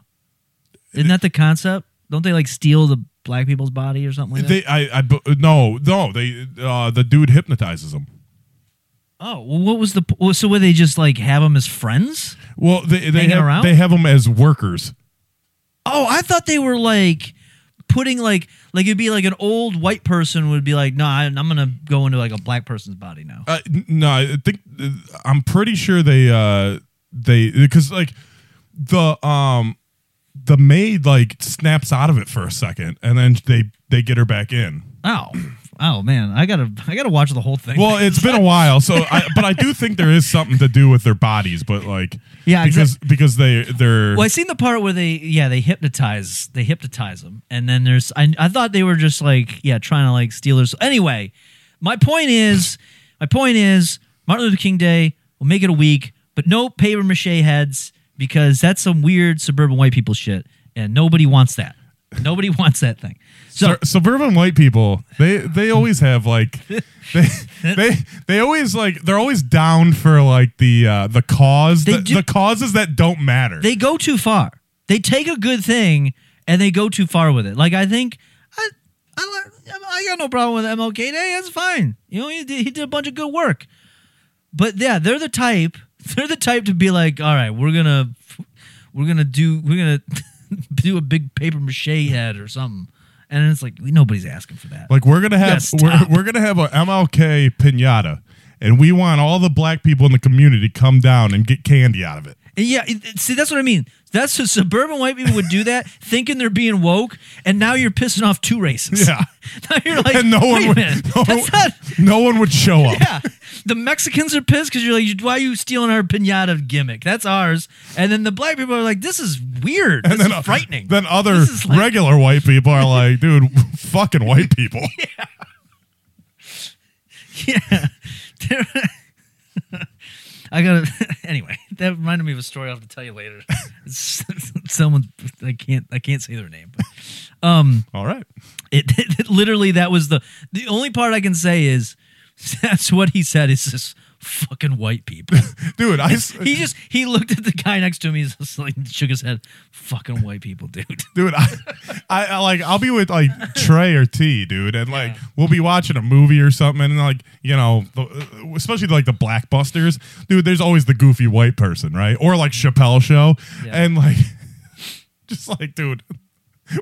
Isn't that the concept? Don't they like steal the black people's body or something like They, that? I, I, bu- no, no. They, uh, the dude hypnotizes them. oh, well, what was the? p- well, So were they just like have them as friends? Well, they, they Hanging have, around? they have them as workers. Oh, I thought they were like putting like like it'd be like an old white person would be like, no, I, I'm gonna go into like a black person's body now. Uh, n- no, I think uh, I'm pretty sure they uh they because like the um the maid like snaps out of it for a second and then they they get her back in. Oh, oh man, I gotta I gotta watch the whole thing. Well, it's been a while, so I, but I do think there is something to do with their bodies, but like Yeah, because because they they're Well, I seen the part where they, yeah, they hypnotize, they hypnotize them, and then there's, I, I thought they were just like, yeah, trying to like steal their. Anyway, my point is, my point is, Martin Luther King Day, we'll make it a week, but no paper mache heads because that's some weird suburban white people shit, and nobody wants that. Nobody wants that thing. So Sur- Uh, suburban white people they they always have like they they they always like they're always down for like the uh the cause They the, do- the causes that don't matter they go too far. They take a good thing and they go too far with it. Like I think I I, li- I got no problem with MLK Day. That's fine. You know he did, he did a bunch of good work. But yeah, they're the type. They're the type to be like, all right, we're gonna we're gonna do we're gonna do a big paper mache head or something. And it's like nobody's asking for that. like we're gonna have Yeah, we're, stop. we're gonna have a mlk pinata and we want all the black people in the community to come down and get candy out of it And yeah, it- it- see, that's what I mean. That's what suburban white people would do that, thinking they're being woke, and now you're pissing off two races. Yeah. now you're like, and no one wait would a minute, no, that's not. no one would show up Yeah, the Mexicans are pissed because you're like, why are you stealing our pinata gimmick? That's ours. And then the black people are like, this is weird. This is uh, frightening. then other This is like- regular white people are like dude fucking white people yeah. They're- I gotta. Anyway, that reminded me of a story I'll have to tell you later. It's- Someone, I can't, I can't say their name, but all right It, it, literally that was the the only part I can say is that's what he said is this fucking white people. dude i s- he just he looked at the guy next to him. He's just like shook his head. Fucking white people, dude. dude. I, I, I like I'll be with like Trey or T, dude, and like we'll be watching a movie or something, and like you know, the, uh, especially like the blackbusters, dude. There's always the goofy white person, right? Or like Chappelle show, Yeah. and like just like, dude,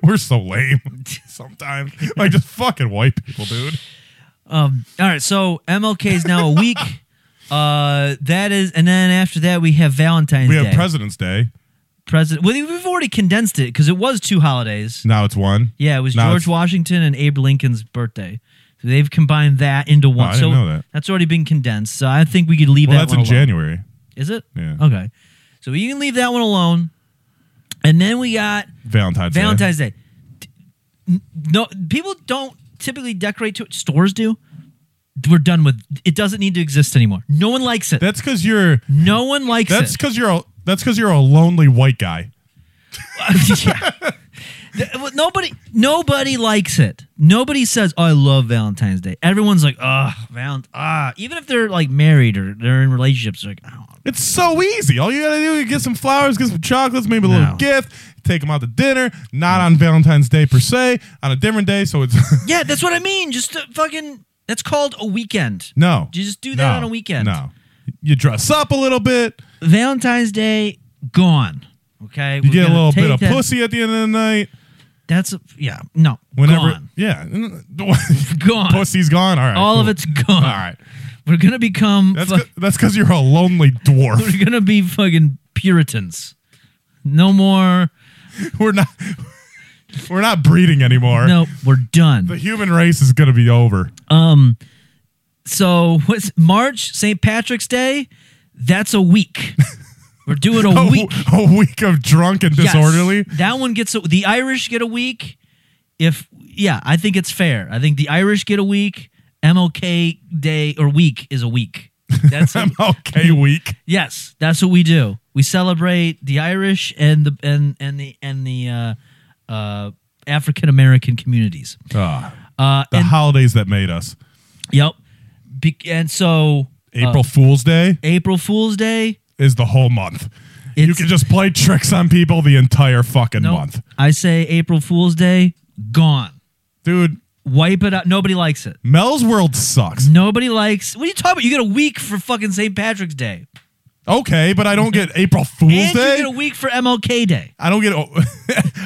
we're so lame sometimes. like just fucking white people, dude. Um. All right. So MLK is now a week. uh. That is, and then after that we have Valentine's We have Day. President's Day. President. Well, we've already condensed it because it was two holidays. Now it's one. Yeah, it was Now George it's- Washington and Abe Lincoln's birthday. So they've combined that into one. I didn't so know that. that's already been condensed. So I think we could leave Well, that that's one in alone. January. Is it? Yeah. Okay. So you can leave that one alone. And then we got Valentine's. Day. Valentine's Day. D- n- No, people don't typically decorate to it. Stores do. We're done with it. Doesn't need to exist anymore. No one likes it. That's because you're. no one likes it. That's because you're. A, that's because you're a lonely white guy. yeah. Th- well, Nobody, nobody likes it. Nobody says, "Oh, "I love Valentine's Day." Everyone's like, "Ah, Valent, ah." Even if they're like married or they're in relationships, they're like, "Oh, It's so easy. All you gotta do is get some flowers, get some chocolates, maybe a No. little gift. Take them out to dinner. Not on Valentine's Day per se, on a different day. So it's yeah." That's what I mean. Just a fucking. That's called a weekend. no. You just do that No. on a weekend. No, you dress up a little bit. Valentine's Day gone. Okay, You get a little bit of pussy at the end of the night. That's a, yeah. No, Whenever, gone. yeah, Gone. pussy's gone. All right, All of cool. it's gone. All right, We're gonna become. that's fu- cu- that's because you're a lonely dwarf. we're gonna be fucking Puritans. No more. we're not we're not breeding anymore. No, we're done. The human race is gonna be over. Um, so what's March St. Patrick's Day? That's a week. We're doing a A, week. w- a week of drunk and Yes. Oh, disorderly. That one gets a, the Irish get a week. If yeah, I think it's fair. I think the Irish get a week. MLK Day or week is a week. That's it. MLK week. yes, that's what we do. We celebrate the Irish and the and and the and the uh, uh, African American communities. Uh, Ah, the and, holidays that made us. yep. Be- and so April Fool's Day April Fool's Day. is the whole month. You It's- can just play tricks on people the entire fucking No, month. I say April Fool's Day, gone. Dude, Wipe it out. Nobody likes it. Mel's World sucks. Nobody likes. What are you talking about? You get a week for fucking St. Patrick's Day, Okay, but I don't get April Fool's and you Day. get a week for MLK Day. I don't get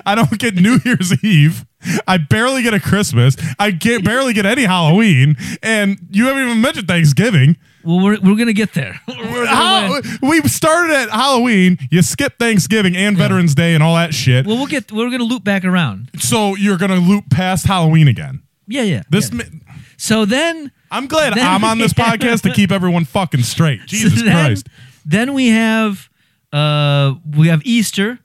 I don't get New Year's Eve. I barely get a Christmas. I get barely get any Halloween, and you haven't even mentioned Thanksgiving. Well, we're, we're gonna get there. We're gonna How, win. we started at Halloween. You skip Thanksgiving and Veterans Day and all that shit. Well, we'll get. We're gonna loop back around. so you're gonna loop past Halloween again. Yeah, yeah. This, yeah. mi- so then I'm glad Then- I'm on this podcast to keep everyone fucking straight. Jesus so then, Christ. Then we have uh we have Easter,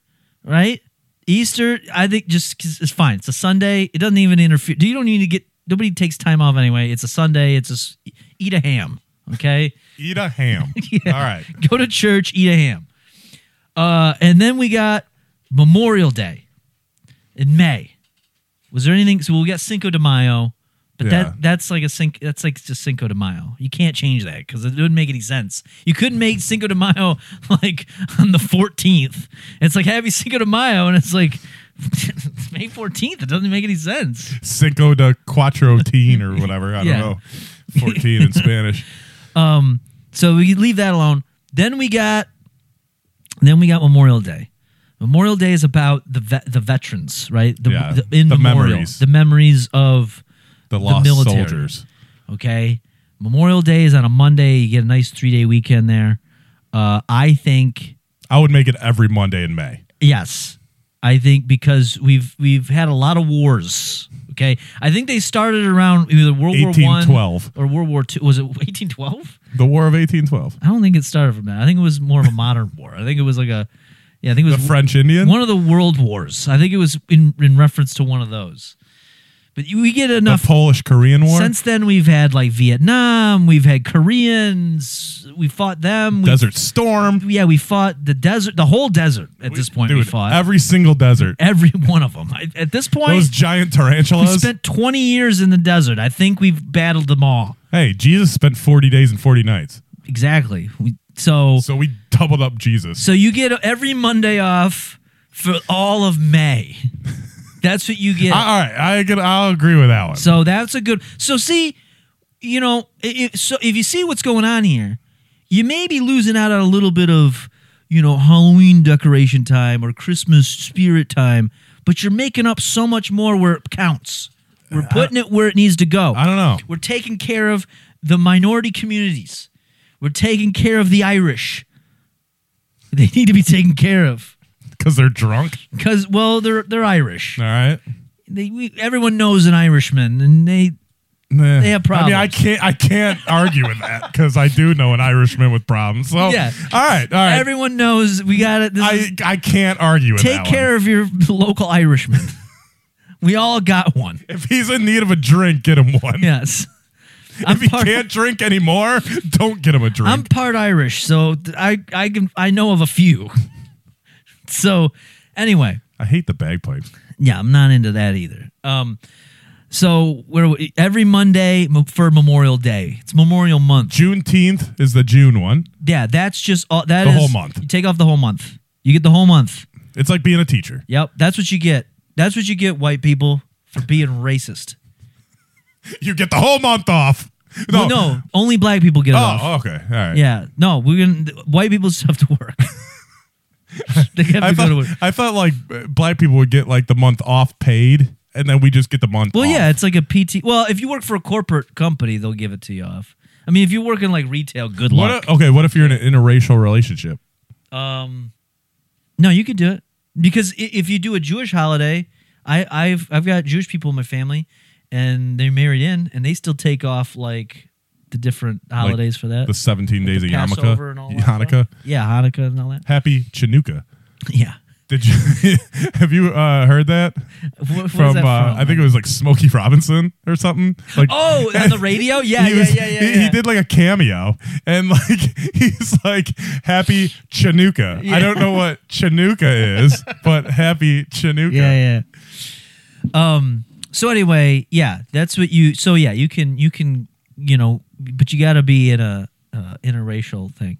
right? Easter, I think just 'cause it's fine. It's a Sunday. It doesn't even interfere. You don't need to get nobody takes time off anyway. It's a Sunday. It's a s- eat a ham, okay? Eat a ham. All right. Go to church, eat a ham. Uh and then we got Memorial Day in May. Was there anything so we got Cinco de Mayo, but Yeah. that that's like a Cinco that's like just Cinco de Mayo. You can't change that cuz it wouldn't make any sense. You couldn't make Cinco de Mayo like on the 14th. It's like happy Cinco de Mayo and it's like it's May 14th. It doesn't make any sense. Cinco de Cuatro Teen or whatever. I don't Yeah. know. 14 in Spanish. So we leave that alone. Then we got then we got Memorial Day. Memorial Day is about the ve- the veterans, right? The, Yeah, the in the memorial, memories. the memories of The lost military. soldiers. Okay. Memorial Day is on a Monday. You get a nice three day weekend there. Uh, I think I would make it every Monday in May. yes. I think because we've we've had a lot of wars. Okay. I think they started around either World War One 1812. or World War Two. Was it eighteen twelve? The War of 1812. I don't think it started from that. I think it was more of a modern war. I think it was like a yeah, I think it The was French Indian. one of the world wars. I think it was in, in reference to one of those. But you- we get the enough Polish Korean War. Since then, we've had like Vietnam, we've had Koreans, we fought them. We, Desert Storm. Yeah, we fought the desert, the whole desert at this point. we Dude, fought every single desert. every one of them. I, at this point, Those giant we tarantulas. spent 20 years in the desert. I think we've battled them all. hey, Jesus spent 40 days and 40 nights. Exactly. We, so, So we doubled up Jesus. so you get every Monday off for all of May. That's what you get. I- all right. I can, I'll agree with that one. So that's a good. So see, you know, i i so if you see what's going on here, you may be losing out on a little bit of, you know, Halloween decoration time or Christmas spirit time, but you're making up so much more where it counts. We're putting it where it needs to go. I don't know. We're taking care of the minority communities. We're taking care of the Irish. They need to be taken care of Because they're drunk. because, well, they're they're Irish. All right. They, we, everyone knows an Irishman, and they Nah. They have I mean, I problems. can't, I can't argue with that because I do know an Irishman with problems. So, Yeah. all right, all right. Everyone knows we got it. This is- I, I can't argue with take that care One. of your local Irishman. we all got one. If he's in need of a drink, get him one. Yes. I'm If he part, can't drink anymore, don't get him a drink. I'm part Irish, so th- I I can I know of a few. so, anyway, I hate the bagpipes. yeah, I'm not into that either. Um, so where we- every Monday m- for Memorial Day, it's Memorial Month. Juneteenth is the June one. Yeah, that's just all. that The is- whole month. You take off the whole month. You get the whole month. It's like being a teacher. Yep, that's what you get. That's what you get, white people, for being racist. You get the whole month off. No, Well, no, only black people get it off. Oh, okay. All right. Yeah, no, we're gonna. White people just have to work. they have to I go thought, to work. I thought like uh, black people would get like the month off paid, and then we just get the month. Well, off. yeah, it's like a PT. Well, if you work for a corporate company, they'll give it to you off. I mean, if you work in like retail, good What? luck. if- okay. What if you're in an interracial relationship? um, no, you could do it because i- if you do a Jewish holiday, I, I've I've got Jewish people in my family, and they're married in, and they still take off like the different holidays for that. The 17 days of Uh, Passover and all Yarmulke, that stuff. Hanukkah, Yeah, Hanukkah and all that. Happy Chinooka. Yeah. Did you have you uh, heard that What, what is from, that Uh, I think it was like Smokey Robinson or something? Like Oh, on the radio? Yeah, he yeah, was- yeah, yeah, he, yeah. he did like a cameo, and like he's like Happy Chinooka. I don't know what Chinooka is, but Happy Chinooka. yeah, yeah. Um. So anyway, yeah, that's what you. So yeah, you can you can you know, but you got to be in a uh, interracial thing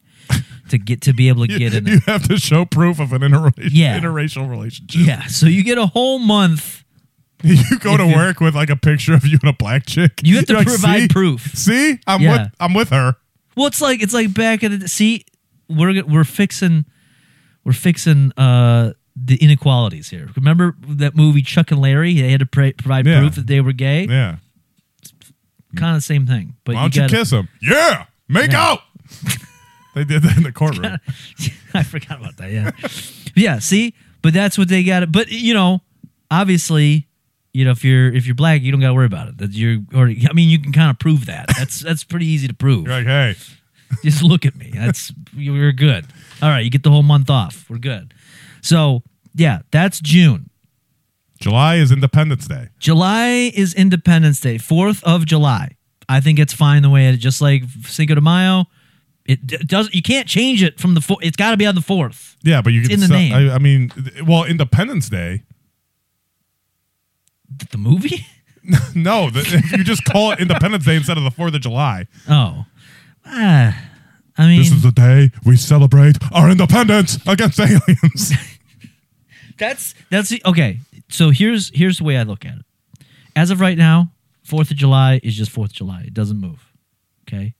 to get to be able to get in. You have to show proof of an interracial, Yeah. interracial relationship. Yeah. So you get a whole month. You go to If you- work with like a picture of you and a black chick. You have to You're like, provide "See? proof. See, I'm Yeah. with I'm with her. Well, it's like it's like back in the see, we're g- we're fixing, we're fixing uh the inequalities here. Remember that movie Chuck and Larry? They had to pray, provide Yeah. proof that they were gay. Yeah. Kind of the same thing. But Why don't you, gotta- kiss him? Yeah. Make out. they did that in the courtroom. I forgot about that. Yeah. yeah. See, but that's what they got. But you know, obviously, you know, if you're if you're black, you don't got to worry about it. That you're already. I mean, you can kind of prove that. That's that's pretty easy to prove. You're like, hey, Just look at me. That's you're good. All right, you get the whole month off. We're good. So yeah, that's June. July is Independence Day. July is Independence Day, Fourth of July. I think it's fine the way it. Just like Cinco de Mayo, it d- does. You can't change it from the. Four, it's got to be on the fourth. Yeah, but you It's can. in the sell- name. I, I mean, th- well, Independence Day. Th- The movie. No, the, you just call it Independence Day instead of the Fourth of July. Oh, Ah, I mean, This is the day we celebrate our independence against aliens. that's that's the, okay. So here's here's the way I look at it. As of right now, Fourth of July is just Fourth of July. It doesn't move. Okay.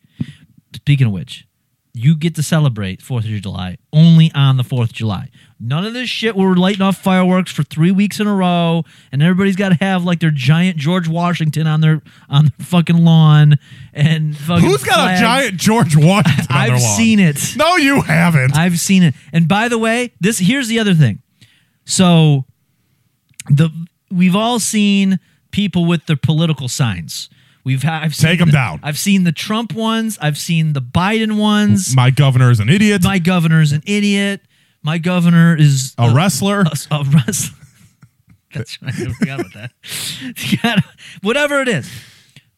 Speaking of which, you get to celebrate Fourth of July only on the Fourth of July. None of this shit where we're lighting off fireworks for three weeks in a row, and everybody's got to have like their giant George Washington on their on their fucking lawn and fucking. Who's got flags. a giant George Washington? on I've their lawn? seen it. No, you haven't. I've seen it. And by the way, this here's the other thing. So the we've all seen people with their political signs. We've ha- I've seen Take 'em the- down. I've seen the Trump ones. I've seen the Biden ones. My governor is an idiot, My uh, governor's an idiot. My governor is a wrestler. a, a wrestler. That's right. I forgot about that. You gotta- Whatever it is,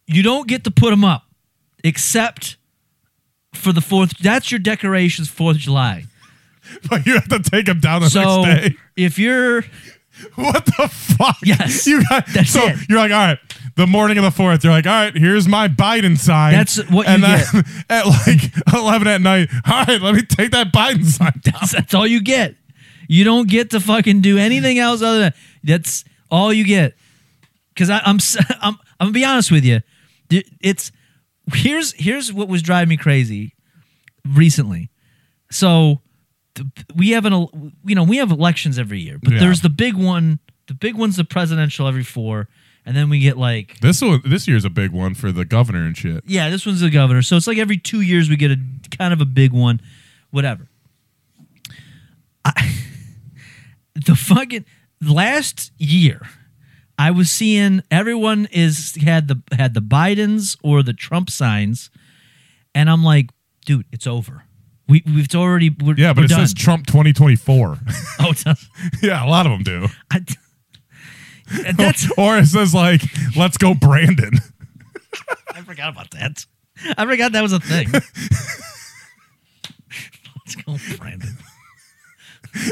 you don't get to put them up except for the fourth. That's your decorations, Fourth of July. but you have to take him down the So next day. if you're What the fuck? Yes. You got, That's so it. you're like, all right, the morning of the fourth, you're like, all right, here's my Biden sign. That's what you and then at like eleven at night, all right, let me take that Biden sign down. that's, that's all you get. You don't get to fucking do anything else other than that's all you get. Because I'm s- I'm I'm gonna be honest with you, Th- it's here's here's what was driving me crazy recently. So th- we have an el- you know we have elections every year, but Yeah. there's the big one. The big one's the presidential every four, and then we get like This one, this year's a big one for the governor and shit. Yeah, this one's the governor. So it's like every two years we get a kind of a big one, whatever. I, the fucking last year, I was seeing everyone is had the had the Bidens or the Trump signs, and I'm like, dude, it's over. We we've already we're, Yeah, but we're it done. says Trump 2024. oh, it does. yeah, a lot of them do. I, Oh, that's or it says like, let's go Brandon. I forgot about that. I forgot that was a thing. Let's go, Brandon.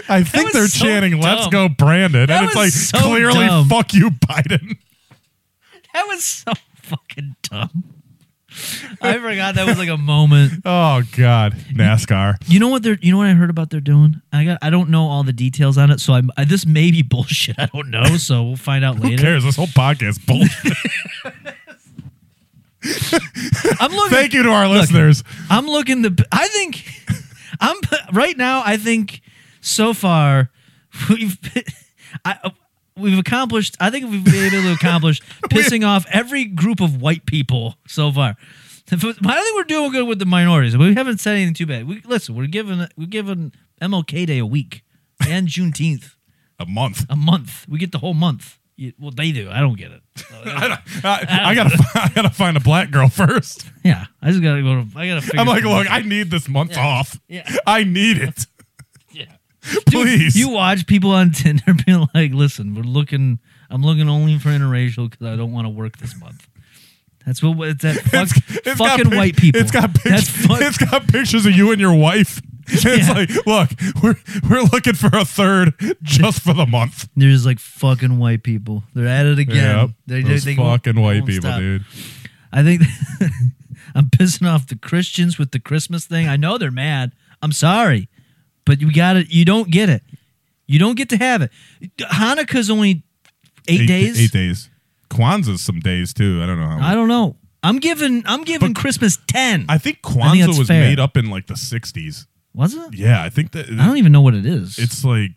I think was they're so chanting, let's dumb. go Brandon. That and it's was like, so clearly, dumb. fuck you, Biden. That was so fucking dumb. I forgot that was like a moment. Oh, God. NASCAR. You know what they're? You know what I heard about they're doing? I got. I don't know all the details on it, so I'm. I, this may be bullshit. I don't know, so we'll find out Who later. cares? This whole podcast is bullshit. I'm looking. Thank you to our listeners. I'm looking the. I think. I'm right now. I think so far we've. I, we've accomplished. I think we've been able to accomplish pissing off every group of white people so far. I think we're doing good with the minorities. We haven't said anything too bad. We listen. We're giving we're giving MLK Day a week and Juneteenth A month. a month. We get the whole month. You- Well, they do. I don't get it. I, don't- I, I Uh, gotta, fi- I gotta find a black girl first. Yeah, I just gotta go. To, I gotta. Figure I'm like, things look, I need this month off. Yeah. I need it. Yeah. Please. You watch people on Tinder being like, "Listen, we're looking. I'm looking only for interracial because I don't want to work this month." That's what it's that fuck, It's got fucking pic- white people. It's got That's pictures. fuck, It's got pictures of you and your wife. It's Yeah. like, look, we're we're looking for a third just for the month. they're just like fucking white people. They're at it again. Yep. They, they- Those they won't- fucking they white won't people, stop. dude. I think I'm pissing off the Christians with the Christmas thing. I know they're mad. I'm sorry, but you got to You don't get it. You don't get to have it. Hanukkah's only eight, days. Eight days. Kwanzaa's some days too. I don't know how. I don't know. I'm giving I'm giving Christmas ten. I think Kwanzaa I think that's was fair. made up in like the '60s. Was it? Yeah, I think that I don't even know what it is. it's like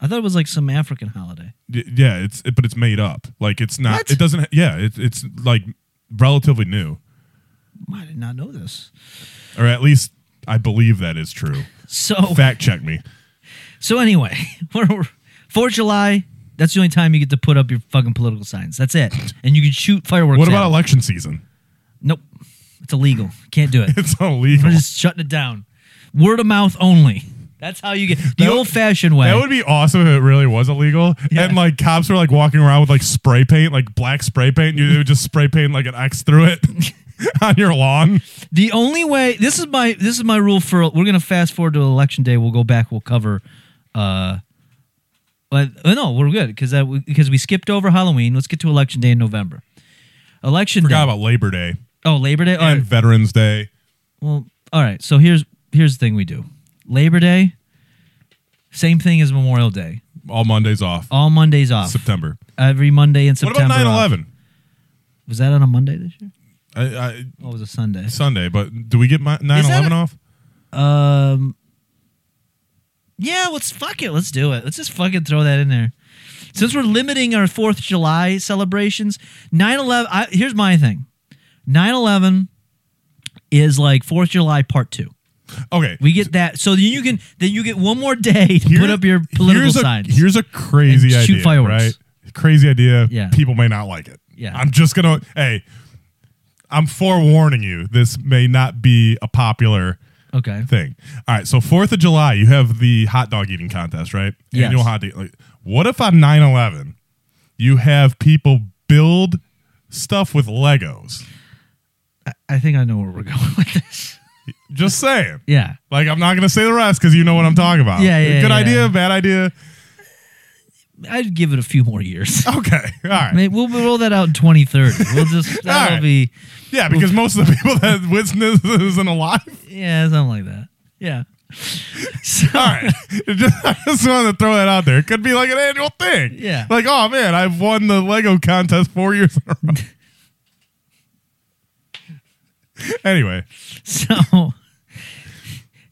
I thought it was like some African holiday. Y- Yeah, it's it, but it's made up. Like it's not. What? It doesn't. Yeah, it, it's like relatively new, I did not know this. or at least I believe that is true. So Fact check me. so anyway, Fourth July. That's the only time you get to put up your fucking political signs. That's it, and you can shoot fireworks. What at about them. election season? Nope, it's illegal. Can't do it. It's illegal. We're just shutting it down. Word of mouth only. That's how you get the That- old fashioned way. That would be awesome if it really was illegal. Yeah. And like cops were like walking around with like spray paint, like black spray paint. You they would just spray paint like an X through it on your lawn. the only way this is my this is my rule for we're gonna fast forward to election day. We'll go back, we'll cover uh but uh, no, we're good because that because we skipped over Halloween. Let's get to election day in November. Election Forgot day. about Labor Day oh, Labor Day. All right. and Veterans Day. Well, all right. So here's here's the thing we do. Labor Day, same thing as Memorial Day. All Mondays off. All Mondays off. September. Every Monday in What September. about 9 off. 11? Was that on a Monday this year? I, I, Oh, it was a Sunday. Sunday, but do we get 9 11 a- off? Um. Yeah, let's fuck it. Let's do it. Let's just fucking throw that in there. Since we're limiting our Fourth of July celebrations, 9-11, I, here's my thing. 9-11 is like Fourth of July part two. Okay. We get that, so you can then you get one more day to Here- put up your political here's a, signs. Here's a crazy And shoot idea. fireworks. Right? Crazy idea. Yeah. People may not like it. Yeah. I'm just gonna hey, I'm forewarning you, this may not be a popular okay, thing. All right, so Fourth of July, you have the hot dog eating contest, right? Yes. Annual hot dog. Like, what if on 9-11, you have people build stuff with Legos? I think I know where we're going with this. Just saying. Yeah, Like I'm not gonna say the rest because you know what I'm talking about. Yeah, yeah, Good yeah. idea, bad idea. I'd give it a few more years. Okay, all right. Maybe we'll we'll roll that out in 2030. We'll just that'll right. be Yeah, because most of the people that witness this isn't alive. yeah, something like that. Yeah. So, All right, It just, I just wanted to throw that out there. It could be like an annual thing. Yeah. like oh man, I've won the Lego contest four years in a row. anyway, So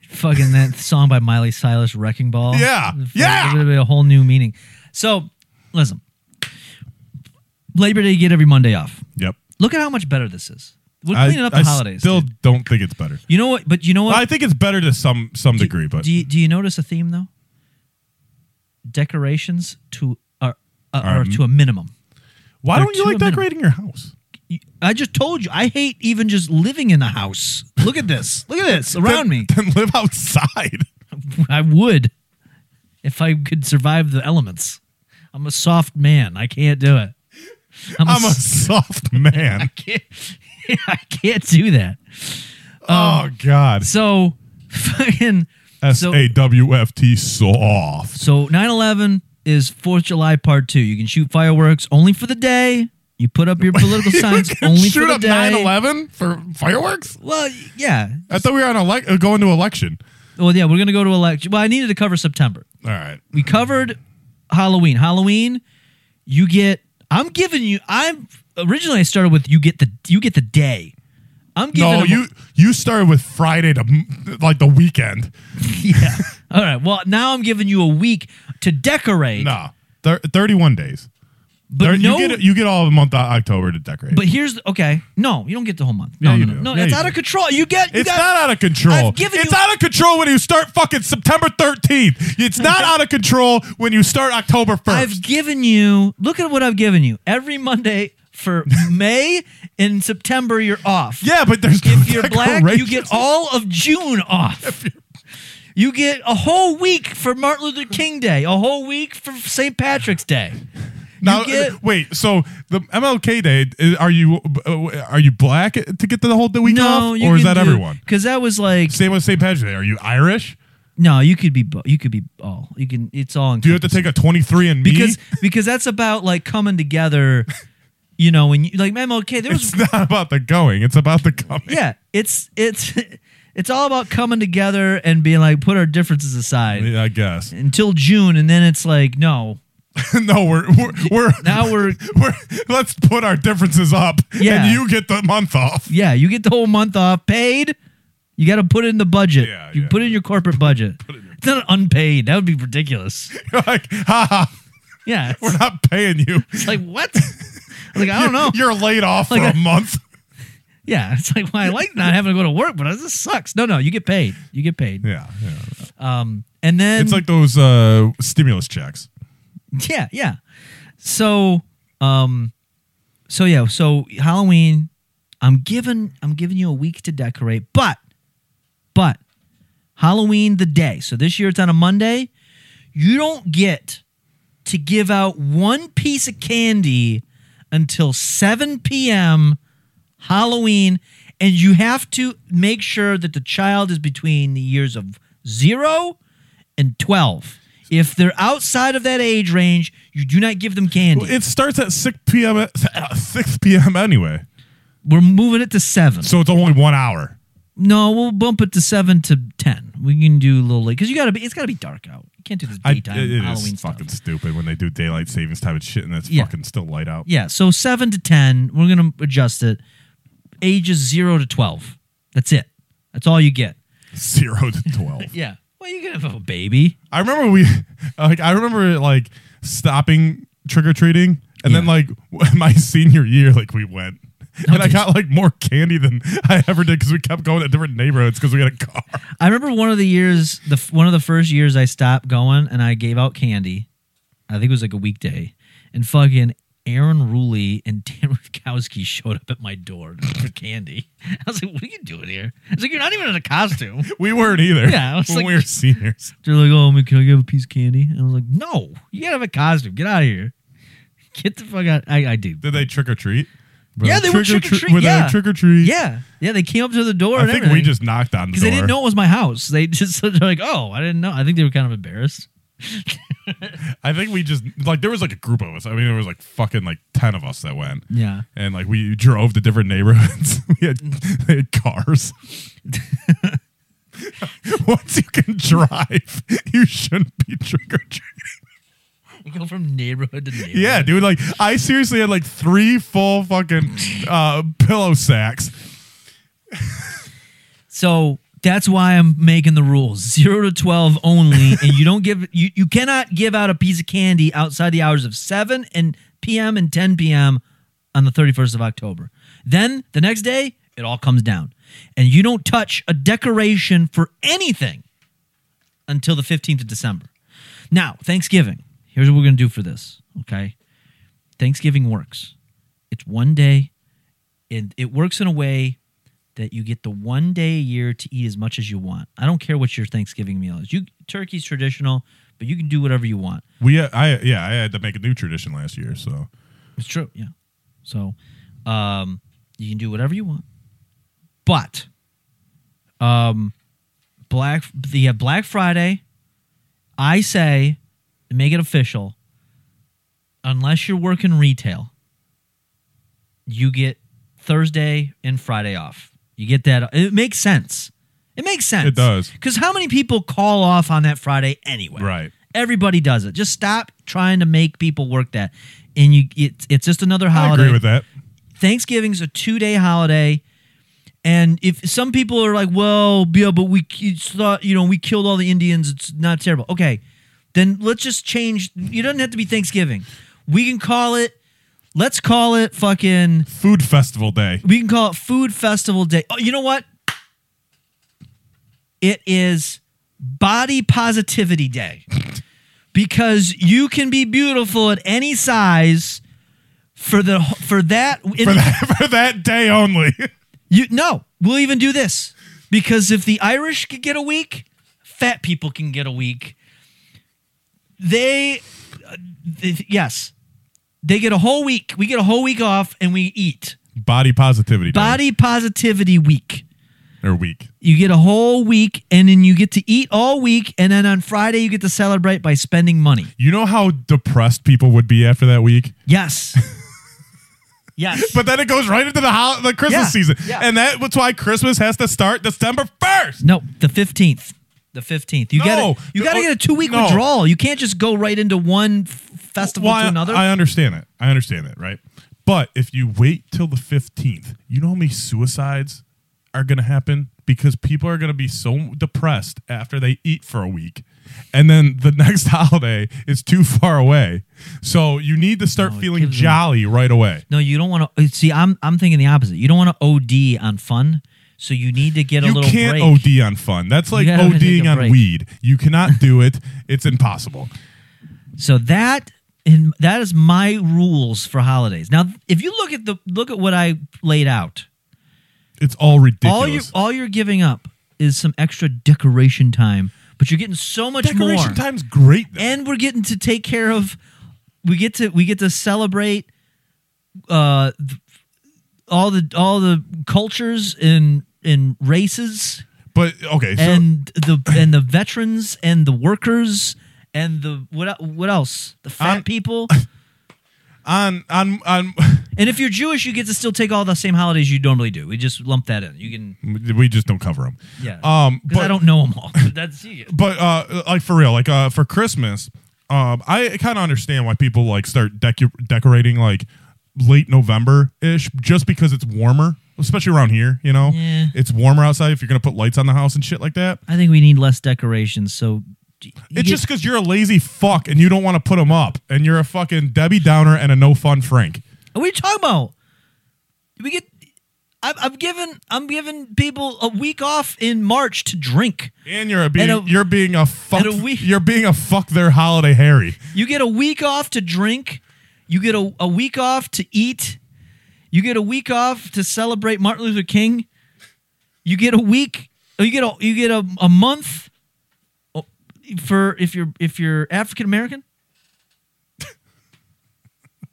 fucking that song by Miley Cyrus, Wrecking Ball. Yeah, Fucking yeah. Give it a whole new meaning. So listen. Labor Day you get every Monday off. yep. Look at how much better this is. We're I- cleaning up the I holidays. Still dude. don't think it's better. You know what but you know what I think it's better to some some Do- degree, but do you, do you notice a theme though? Decorations to are, are, are to a minimum. why they're don't you too like minimal. decorating your house? I just told you I hate even just living in the house. Look at this. Look at this around then, me. then live outside. I would if I could survive the elements. I'm a soft man. I can't do it. I'm, I'm a, a s- soft man. I am ai can't, I can't do that. oh God, So fucking S so A W F T soft. so 9/11 is 4th July part 2. You can shoot fireworks only for the day. You put up your political signs only shoot for the up day. 9/11 for fireworks. Well, yeah. I thought we were on elec uh, going to election. Well, yeah, we're going to go to election. Well, I needed to cover September. All right, we covered Halloween. Halloween, you get. I'm giving you. I'm originally I started with you get the you get the day. I'm giving no, them- you you started with Friday to m- like the weekend. yeah. All right. Well, now I'm giving you a week to decorate. No, Thir- thirty-one days. but Thir- no. you get you get all of month of October to decorate. but here's okay. No, you don't get the whole month. Yeah, No, you no, no, do. no. Yeah, it's you out do. of control. You get. You it's got, not out of control. I've given It's you- out of control when you start fucking September 13th. It's not out of control when you start October 1st. I've given you. Look at what I've given you. Every Monday for May and September, you're off. yeah, but there's If you're black, you decorations. get all of June off. You get a whole week for Martin Luther King Day, a whole week for St. Patrick's Day. Now, uh, get- wait. So the MLK Day, i- are you uh, are you black to get the whole week off, or is that everyone? Because that was like Same with St. Patrick's Day. Are you Irish? no, you could be bo- you could be all you can. It's all Do you have to take a twenty-three and because me? because that's about like coming together. You know when you like MLK, there was It's not about the going; it's about the coming. yeah, it's it's it's all about coming together and being like put our differences aside Yeah, I guess. until June, and then it's like no, no, we're we're, we're now we're we're let's put our differences up, Yeah. and you get the month off. Yeah, you get the whole month off paid. You got to put it in the budget. Yeah, you yeah. put it in your corporate budget. not unpaid. That would be ridiculous. like, ha ha, Yeah. It's we're not paying you. like what? Like I don't know. You're laid off for Like a month. Yeah, it's like well, I like not having to go to work, but this sucks. No, no, you get paid. You get paid. Yeah, yeah. Um, and then It's like those uh, stimulus checks. Yeah, yeah. So, um, so yeah, so Halloween, I'm giving I'm giving you a week to decorate, but but Halloween the day. So this year it's on a Monday. You don't get to give out one piece of candy until 7 p.m. Halloween, and you have to make sure that the child is between the years of zero and 12. If they're outside of that age range, you do not give them candy. Well, It starts at 6 p.m. at- 6 p.m. anyway, We're moving it to seven. so it's only one hour. No, we'll bump it to seven to ten. We can do a little late because you gotta be. It's gotta be dark out. You can't do this I, daytime it it is Halloween stuff. fucking stupid when they do daylight savings time and shit, and it's Yeah. fucking still light out. Yeah, so seven to ten. We're gonna adjust it. Ages zero to twelve. That's it. That's all you get. Zero to twelve. Yeah. Well, you can have a baby. I remember we, like, I remember like stopping trick or treating, and then Yeah. Oh, like w- my senior year, like we went. And I did- got like more candy than I ever did because we kept going to different neighborhoods because we had a car. I remember one of the years, the f- one of the first years I stopped going and I gave out candy. I think it was like a weekday, and fucking Aaron Ruley and Dan Rutkowski showed up at my door to for candy. I was like, "What are you doing here?" It's like you're not even in a costume. We weren't either. Yeah, I was when like- we were seniors. They're like, "Oh, man, can I give a piece of candy?" And I was like, "No, you gotta have a costume. Get out of here. Get the fuck out." I, I did. Did they trick or treat? Yeah, they were Trick or trick or tre- treat, Were they yeah. trick or treat? Yeah, yeah. They came up to the door. I and think we everything. just knocked on the door. because they didn't know it was my house. They just they're like, "Oh, I didn't know." I think they were kind of embarrassed. I think we just like there was like a group of us. I mean, there was like fucking like ten of us that went. Yeah. And like we drove to different neighborhoods. we had, they had cars. Once you can drive, you shouldn't be trick or treating. You go from neighborhood to neighborhood. Yeah, dude. Like I seriously had like three full fucking uh, pillow sacks. So that's why I'm making the rules zero to twelve only, and you don't give you you cannot give out a piece of candy outside the hours of seven and p.m. and ten p.m. on the 31st of October. Then the next day, it all comes down, and you don't touch a decoration for anything until the 15th of December. Now Thanksgiving. Here's what we're gonna do for this. Okay, Thanksgiving works. It's one day and it works in a way that you get the one day a year to eat as much as you want. I don't care what your Thanksgiving meal is. You turkey's traditional, but you can do whatever you want. We uh, I yeah I had to make a new tradition last year. So It's true. Yeah. So um, you can do whatever you want. But um, Black the uh, Black Friday, I say make it official. Unless you're working retail, you get Thursday and Friday off. You get that. It makes sense. It makes sense. It does. Because how many people call off on that Friday anyway? Right. Everybody does it. Just stop trying to make people work that. And you, it, it's just another I holiday. agree with that. Thanksgiving's a two day holiday. And if some people are like, well, yeah, but we k- it's thought, you know, we killed all the Indians. It's not terrible. Okay. Then let's just change. It doesn't have to be Thanksgiving. We can call it, let's call it fucking, Food festival day. we can call it Food Festival Day. Oh, you know what? It is Body Positivity Day because you can be beautiful at any size for the for that for that, for that day only. You no, we'll even do this because if the Irish could get a week, fat people can get a week. They, uh, th- yes, they get a whole week. We get a whole week off and we eat. Body positivity. day. Body positivity week. or week. You get a whole week and then you get to eat all week and then on Friday you get to celebrate by spending money. You know how depressed people would be after that week. Yes. yes. But then it goes right into the hol- the Christmas Yeah, season, yeah. and that- that's why Christmas has to start December first. No, the fifteenth. The fifteenth. You No. gotta you gotta Oh, get a two week no. withdrawal. You can't just go right into one f- festival Well, I, to another. I understand it. I understand it, right? But if you wait till the fifteenth, you know how many suicides are going to happen because people are going to be so depressed after they eat for a week and then the next holiday is too far away. So you need to start Oh, it feeling gives them- jolly right away. No, you don't want to. See, I'm I'm thinking the opposite. You don't want to OD on fun, so you need to get a You little can't break. OD on fun. That's like gotta take ODing a on break. weed. You cannot do it. It's impossible. So that and that is my rules for holidays. Now, if you look at the look at what I laid out, It's all all you ridiculous. all you're giving up is some extra decoration time, but you're getting so much Decoration more. time's great. Though. and we're getting to take care of we get to we get to celebrate uh th- all the all the cultures and and races but okay, so and the and the veterans and the workers and the what el- what else the fat I'm- people on on on and if you're Jewish you get to still take all the same holidays you normally do we just lump that in you can we just don't cover them. yeah Um, because I but- don't know them all that's you. but uh like for real like uh for christmas um i kind of understand why people like start decu- decorating like late november ish just because it's warmer especially around here you know Yeah. it's warmer outside if you're gonna put lights on the house and shit like that I think we need less decorations so you it's get- just because you're a lazy fuck and you don't want to put them up and you're a fucking debbie downer and a no fun frank What are you talking about? We get. I'm, I'm giving. I'm giving people a week off in March to drink. and you're a being And a- you're being a fuck and a we- you're being a fuck their holiday harry You get a week off to drink. You get a, a week off to eat. You get a week off to celebrate Martin Luther King. You get a week. You get a you get a, a month oh, for if you're if you're African American.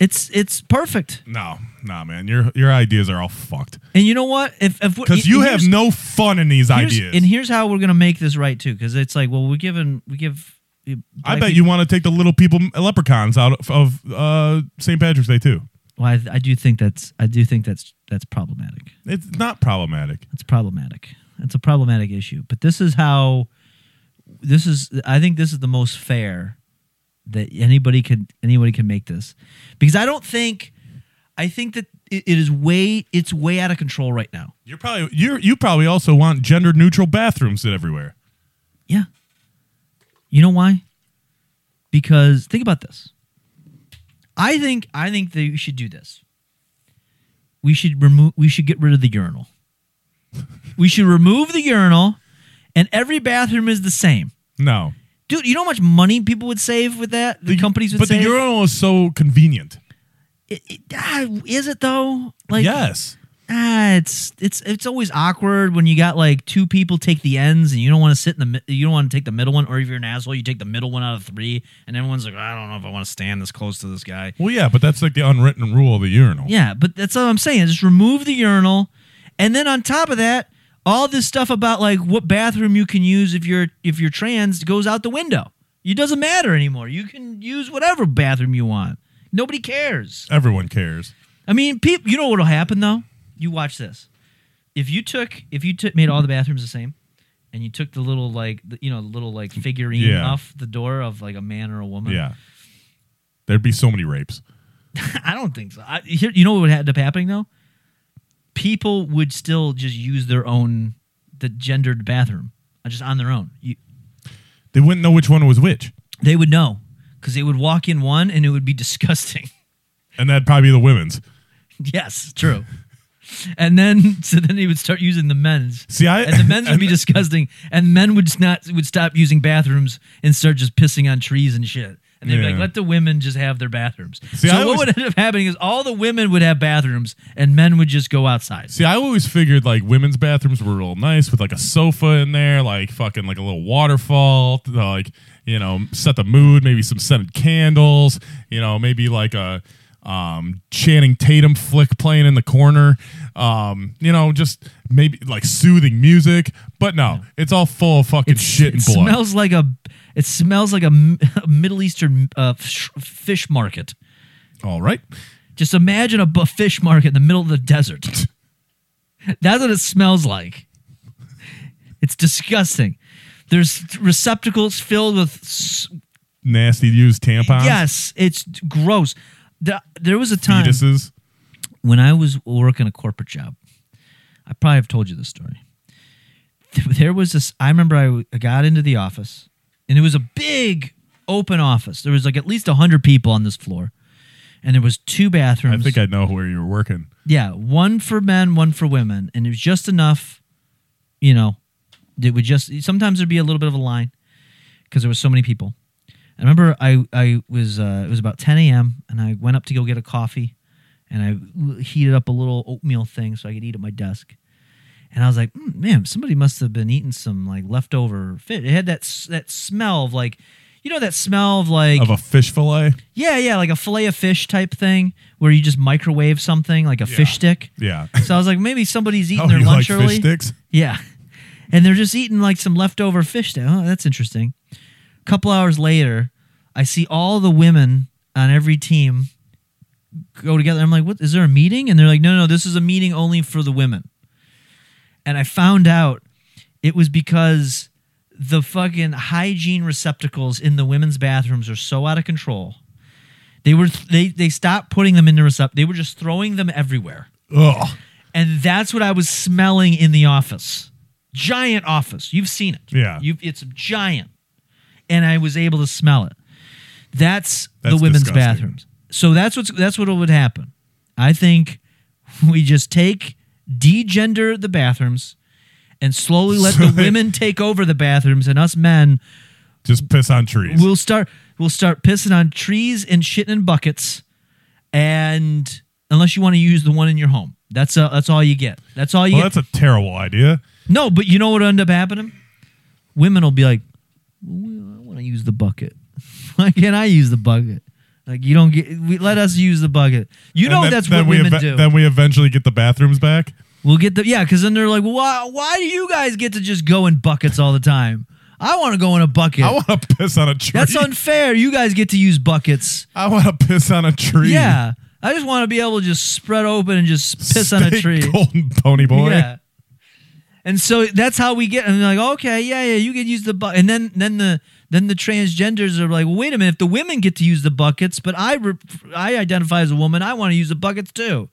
It's it's perfect, no no man your your ideas are all fucked and you know what? If if because you have here's- no fun in these Here's- ideas And here's how we're gonna make this right too, because it's like, well, we're giving we give. I bet you want to take the little people leprechauns out of, of uh, St. Patrick's Day too. Well, I, I do think that's I do think that's that's problematic. It's not problematic. That's problematic. That's a problematic issue. But this is how. This is I think this is the most fair that anybody could anybody can make this because I don't think I think that it, it is way it's way out of control right now. You're probably you you probably also want gender neutral bathrooms that everywhere. Yeah. You know why? Because think about this. I think I think that you should do this. We should remove we should get rid of the urinal. we should remove the urinal and every bathroom is the same. No, Dude, you know how much money people would save with that? The, companies would but save. the urinal is so convenient. It- it- ah, is it though? Like yes, ah, it's it's it's always awkward when you got like two people take the ends and you don't want to sit in the mi- you don't want to take the middle one or if you're an asshole you take the middle one out of three and everyone's like I don't know if I want to stand this close to this guy. well, yeah, but that's like the unwritten rule of the urinal. Yeah, but that's what I'm saying. Just remove the urinal, and then on top of that, all this stuff about like what bathroom you can use if you're if you're trans goes out the window. It doesn't matter anymore. You can use whatever bathroom you want. Nobody cares. Everyone cares. I mean, people. You know what'll happen though? You watch this. If you took, if you took, made all the bathrooms the same, and you took the little like, the, you know, the little like figurine Yeah. off the door of like a man or a woman. Yeah, there'd be so many rapes. I don't think so. I, here, you know what would end up happening though? People would still just use their own, the gendered bathroom, uh, just on their own. You, They wouldn't know which one was which, they would know because they would walk in one and it would be disgusting. and that'd probably be the women's. yes, true. and then, so then they would start using the men's. See, I and the men's would be and- disgusting, and men would s- not would stop using bathrooms and start just pissing on trees and shit. And they'd be Yeah. like, "Let the women just have their bathrooms." See, so I what always- would end up happening is all the women would have bathrooms, and men would just go outside. See, I always figured like women's bathrooms were real nice with like a sofa in there, like fucking like a little waterfall, to, like you know, set the mood. Maybe some scented candles, you know, maybe like a um, Channing Tatum flick playing in the corner, um, you know, just maybe like soothing music. But no, it's all full of fucking shit it and blood. smells like a it smells like a, m- a Middle Eastern uh, sh- fish market. all right, Just imagine a bu- fish market in the middle of the desert. That's what it smells like. It's disgusting. There's receptacles filled with s- nasty used tampons, Yes, it's gross. The- There was a time fetuses. when I was working a corporate job. I probably have told you this story. there was this i remember i w- I got into the office and it was a big open office there was like at least 100 people on this floor and there was two I bathrooms think I know where you're working. yeah one for men one for women and it was just enough you know it would just sometimes there'd be a little bit of a line because there was so many people i remember i i was uh, it was about 10 a.m and i went up to go get a coffee and i heated up a little oatmeal thing so i could eat at my desk and I was like, "Mm, man, somebody must have been eating some like leftover fish. It had that s- that smell of like, you know, that smell of like, Of a fish fillet? yeah, yeah, like a fillet of fish type thing where you just microwave something like a fish stick. Yeah. So I was like, maybe somebody's eating Oh, their you like lunch early. fish sticks? Yeah, and they're just eating like some leftover fish stick. Oh, that's interesting. A couple hours later, I see all the women on every team go together. I'm like, what? Is there a meeting? And they're like, no, no, this is a meeting only for the women. And I found out it was because the fucking hygiene receptacles in the women's bathrooms are so out of control. They were they they stopped putting them in the recept. They were just throwing them everywhere. Ugh. And that's what I was smelling in the office. Giant office. You've seen it. Yeah. You've, it's giant. And I was able to smell it. That's, That's the women's disgusting. bathrooms. So that's what's that's what would happen. I think we just take degender the bathrooms and slowly let the women take over the bathrooms and us men Just piss on trees. we'll start we'll start pissing on trees and shitting in buckets and unless you want to use the one in your home that's uh that's all you get that's all you well, get that's a terrible idea. no but you know what end up happening women will be like well, i want to use the bucket why can't i use the bucket like you don't get we, let us use the bucket you know And then- that's then what we women eve- do Then we eventually get the bathrooms back. we'll get the yeah because then they're like well, why, why do you guys get to just go in buckets all the time i want to go in a bucket I want to piss on a tree. that's unfair you guys get to use buckets I want to piss on a tree. Yeah. I just want to be able to just spread open and just piss on a Stay tree. Golden pony boy. Yeah. And so that's how we get and they're like, okay, yeah, yeah, you can use the bucket. And then then the then the transgenders are like, well, wait a minute, if the women get to use the buckets, but I re- I identify as a woman, I want to use the buckets too.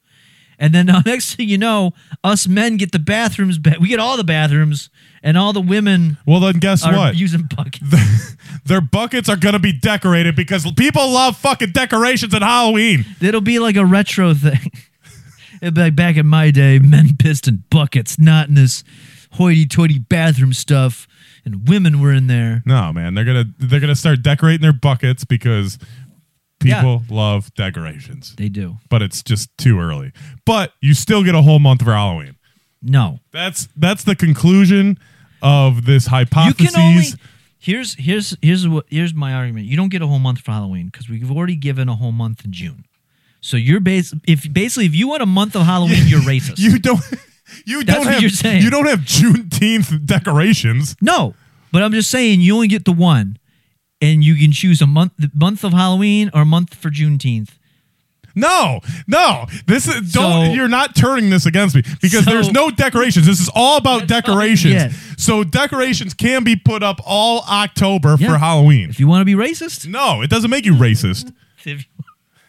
And then the next thing you know, us men get the bathrooms back. We get all the bathrooms, and all the women Well, then guess are what? using buckets. Their buckets are gonna be decorated because people love fucking decorations at Halloween. It'll be like a retro thing. It'll be like back in my day, men pissed in buckets, not in this hoity-toity bathroom stuff, and women were in there. No, man, they're gonna they're gonna start decorating their buckets because people love decorations. They do. But it's just too early. But you still get a whole month for Halloween. No, That's that's the conclusion of this you hypothesis. can only. Here's here's here's what here's my argument. You don't get a whole month for Halloween because we've already given a whole month in June. So you're base if basically if you want a month of Halloween, you're racist. you don't you That's don't what have you're saying. you don't have Juneteenth decorations. No, but I'm just saying you only get the one, and you can choose a month the month of Halloween or a month for Juneteenth. No, no. This is don't. So- you're not turning this against me because So- there's no decorations. This is all about decorations. yeah. So decorations can be put up all October Yeah. for Halloween. If you want to be racist, No, it doesn't make you racist. If-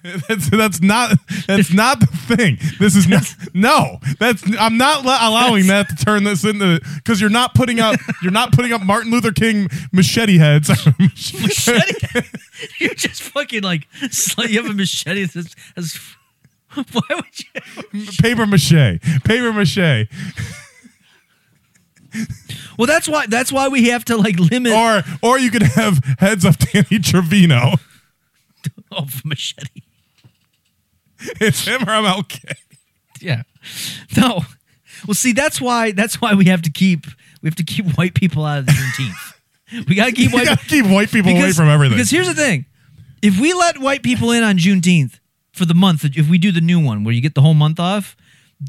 That's, that's not that's not the thing. This is not, no. That's I'm not le- allowing that to turn this into because you're not putting up you're not putting up Martin Luther King machete heads. machete. you just fucking like sl- you have a machete. That's, that's, why would you? paper mache, paper mache, Well, that's why. That's why we have to like limit or or you could have heads of Danny Trevino. of machete. It's him or MLK. Yeah. No. Well, see, that's why. That's why we have to keep. We have to keep white people out of the Juneteenth. we gotta keep You white. gotta keep white people away from everything. Because here's the thing: if we let white people in on Juneteenth for the month, if we do the new one where you get the whole month off,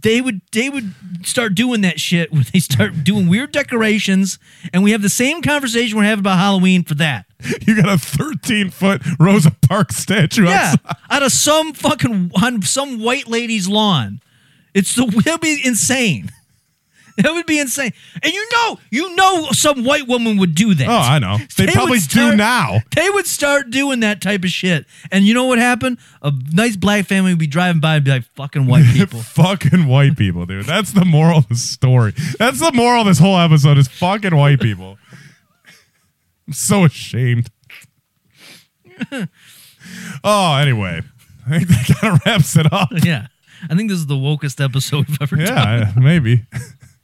they would they would start doing that shit where they start doing weird decorations, and we have the same conversation we're having about Halloween for that. you got a 13 foot Rosa Parks statue. Yeah, outside. out of some fucking on some white lady's lawn, it's the it'll be insane. That would be insane. And you know, you know, some white woman would do that. Oh, I know. They, They probably would start- do now. They would start doing that type of shit. And you know what happened? A nice black family would be driving by and be like, fucking white people. fucking white people, dude. That's the moral of the story. That's the moral of this whole episode is fucking white people. I'm so ashamed. oh, anyway. I think that kind of wraps it up. yeah. I think this is the wokest episode we've ever done. Yeah, maybe.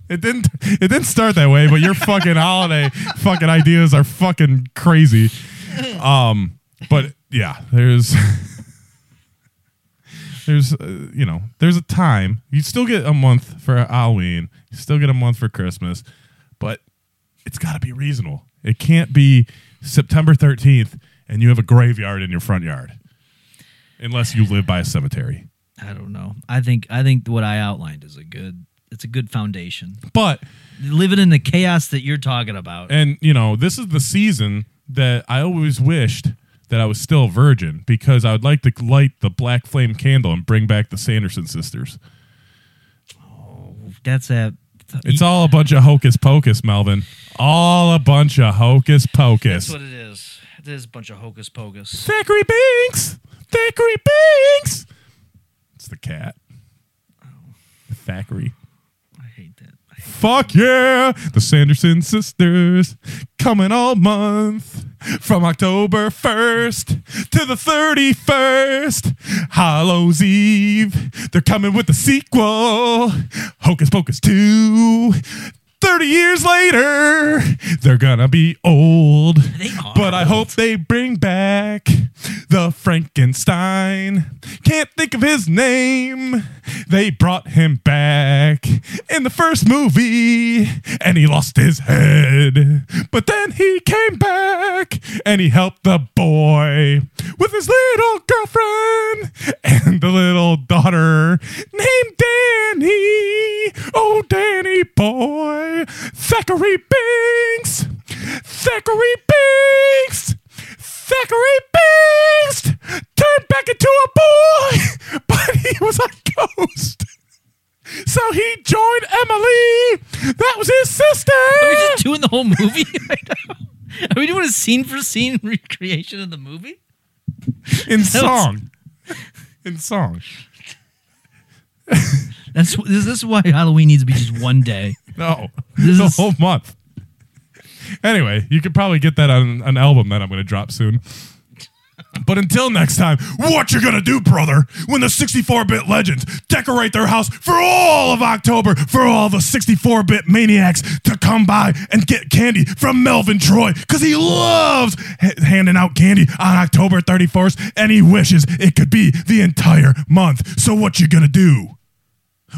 It didn't it didn't start that way, but your fucking holiday fucking ideas are fucking crazy. Um but yeah, there's there's uh, you know, there's a time. You still get a month for Halloween. You still get a month for Christmas, but it's got to be reasonable. It can't be September 13th and you have a graveyard in your front yard. Unless you live by a cemetery. I don't know. I think I think what I outlined is a good it's a good foundation. But Living in the chaos that you're talking about. and you know this is the season that i always wished that i was still a virgin because i would like to light the black flame candle and bring back the sanderson sisters That's a it's all a bunch of hocus pocus melvin all a bunch of hocus that's pocus what it is. It is a bunch of hocus pocus. thackeray binks thackeray binks it's the cat thackeray I hate that. I hate Fuck yeah! The Sanderson sisters coming all month from October 1st to the 31st. Hallows Eve. They're coming with the sequel Hocus Pocus 2. 30 years later, they're gonna be old. They are But I old. hope they bring back the Frankenstein. Can't think of his name. They brought him back in the first movie and he lost his head. But then he came back and he helped the boy with his little girlfriend and the little daughter named Danny. Oh, Danny boy. Thackeray Binks. Thackeray Binks. Thackeray Binks turned back into a boy, but he was a ghost. So he joined Emily. That was his sister. Are we just doing the whole movie right now? Are we doing a scene for scene recreation of the movie? In was- song. In song. That's is this why Halloween needs to be just one day. No. This the is- whole month. Anyway, you could probably get that on an album that I'm going to drop soon. But until next time, what you gonna do, brother, when the 64-bit legends decorate their house for all of October for all the 64-bit maniacs to come by and get candy from Melvin Troy because he loves h- handing out candy on October 31st and he wishes it could be the entire month. So what you gonna do?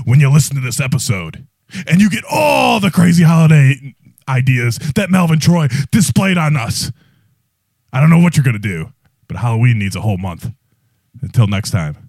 when you listen to this episode and you get all the crazy holiday ideas that Melvin Troy displayed on us. I don't know what you're going to do, but Halloween needs a whole month. Until next time.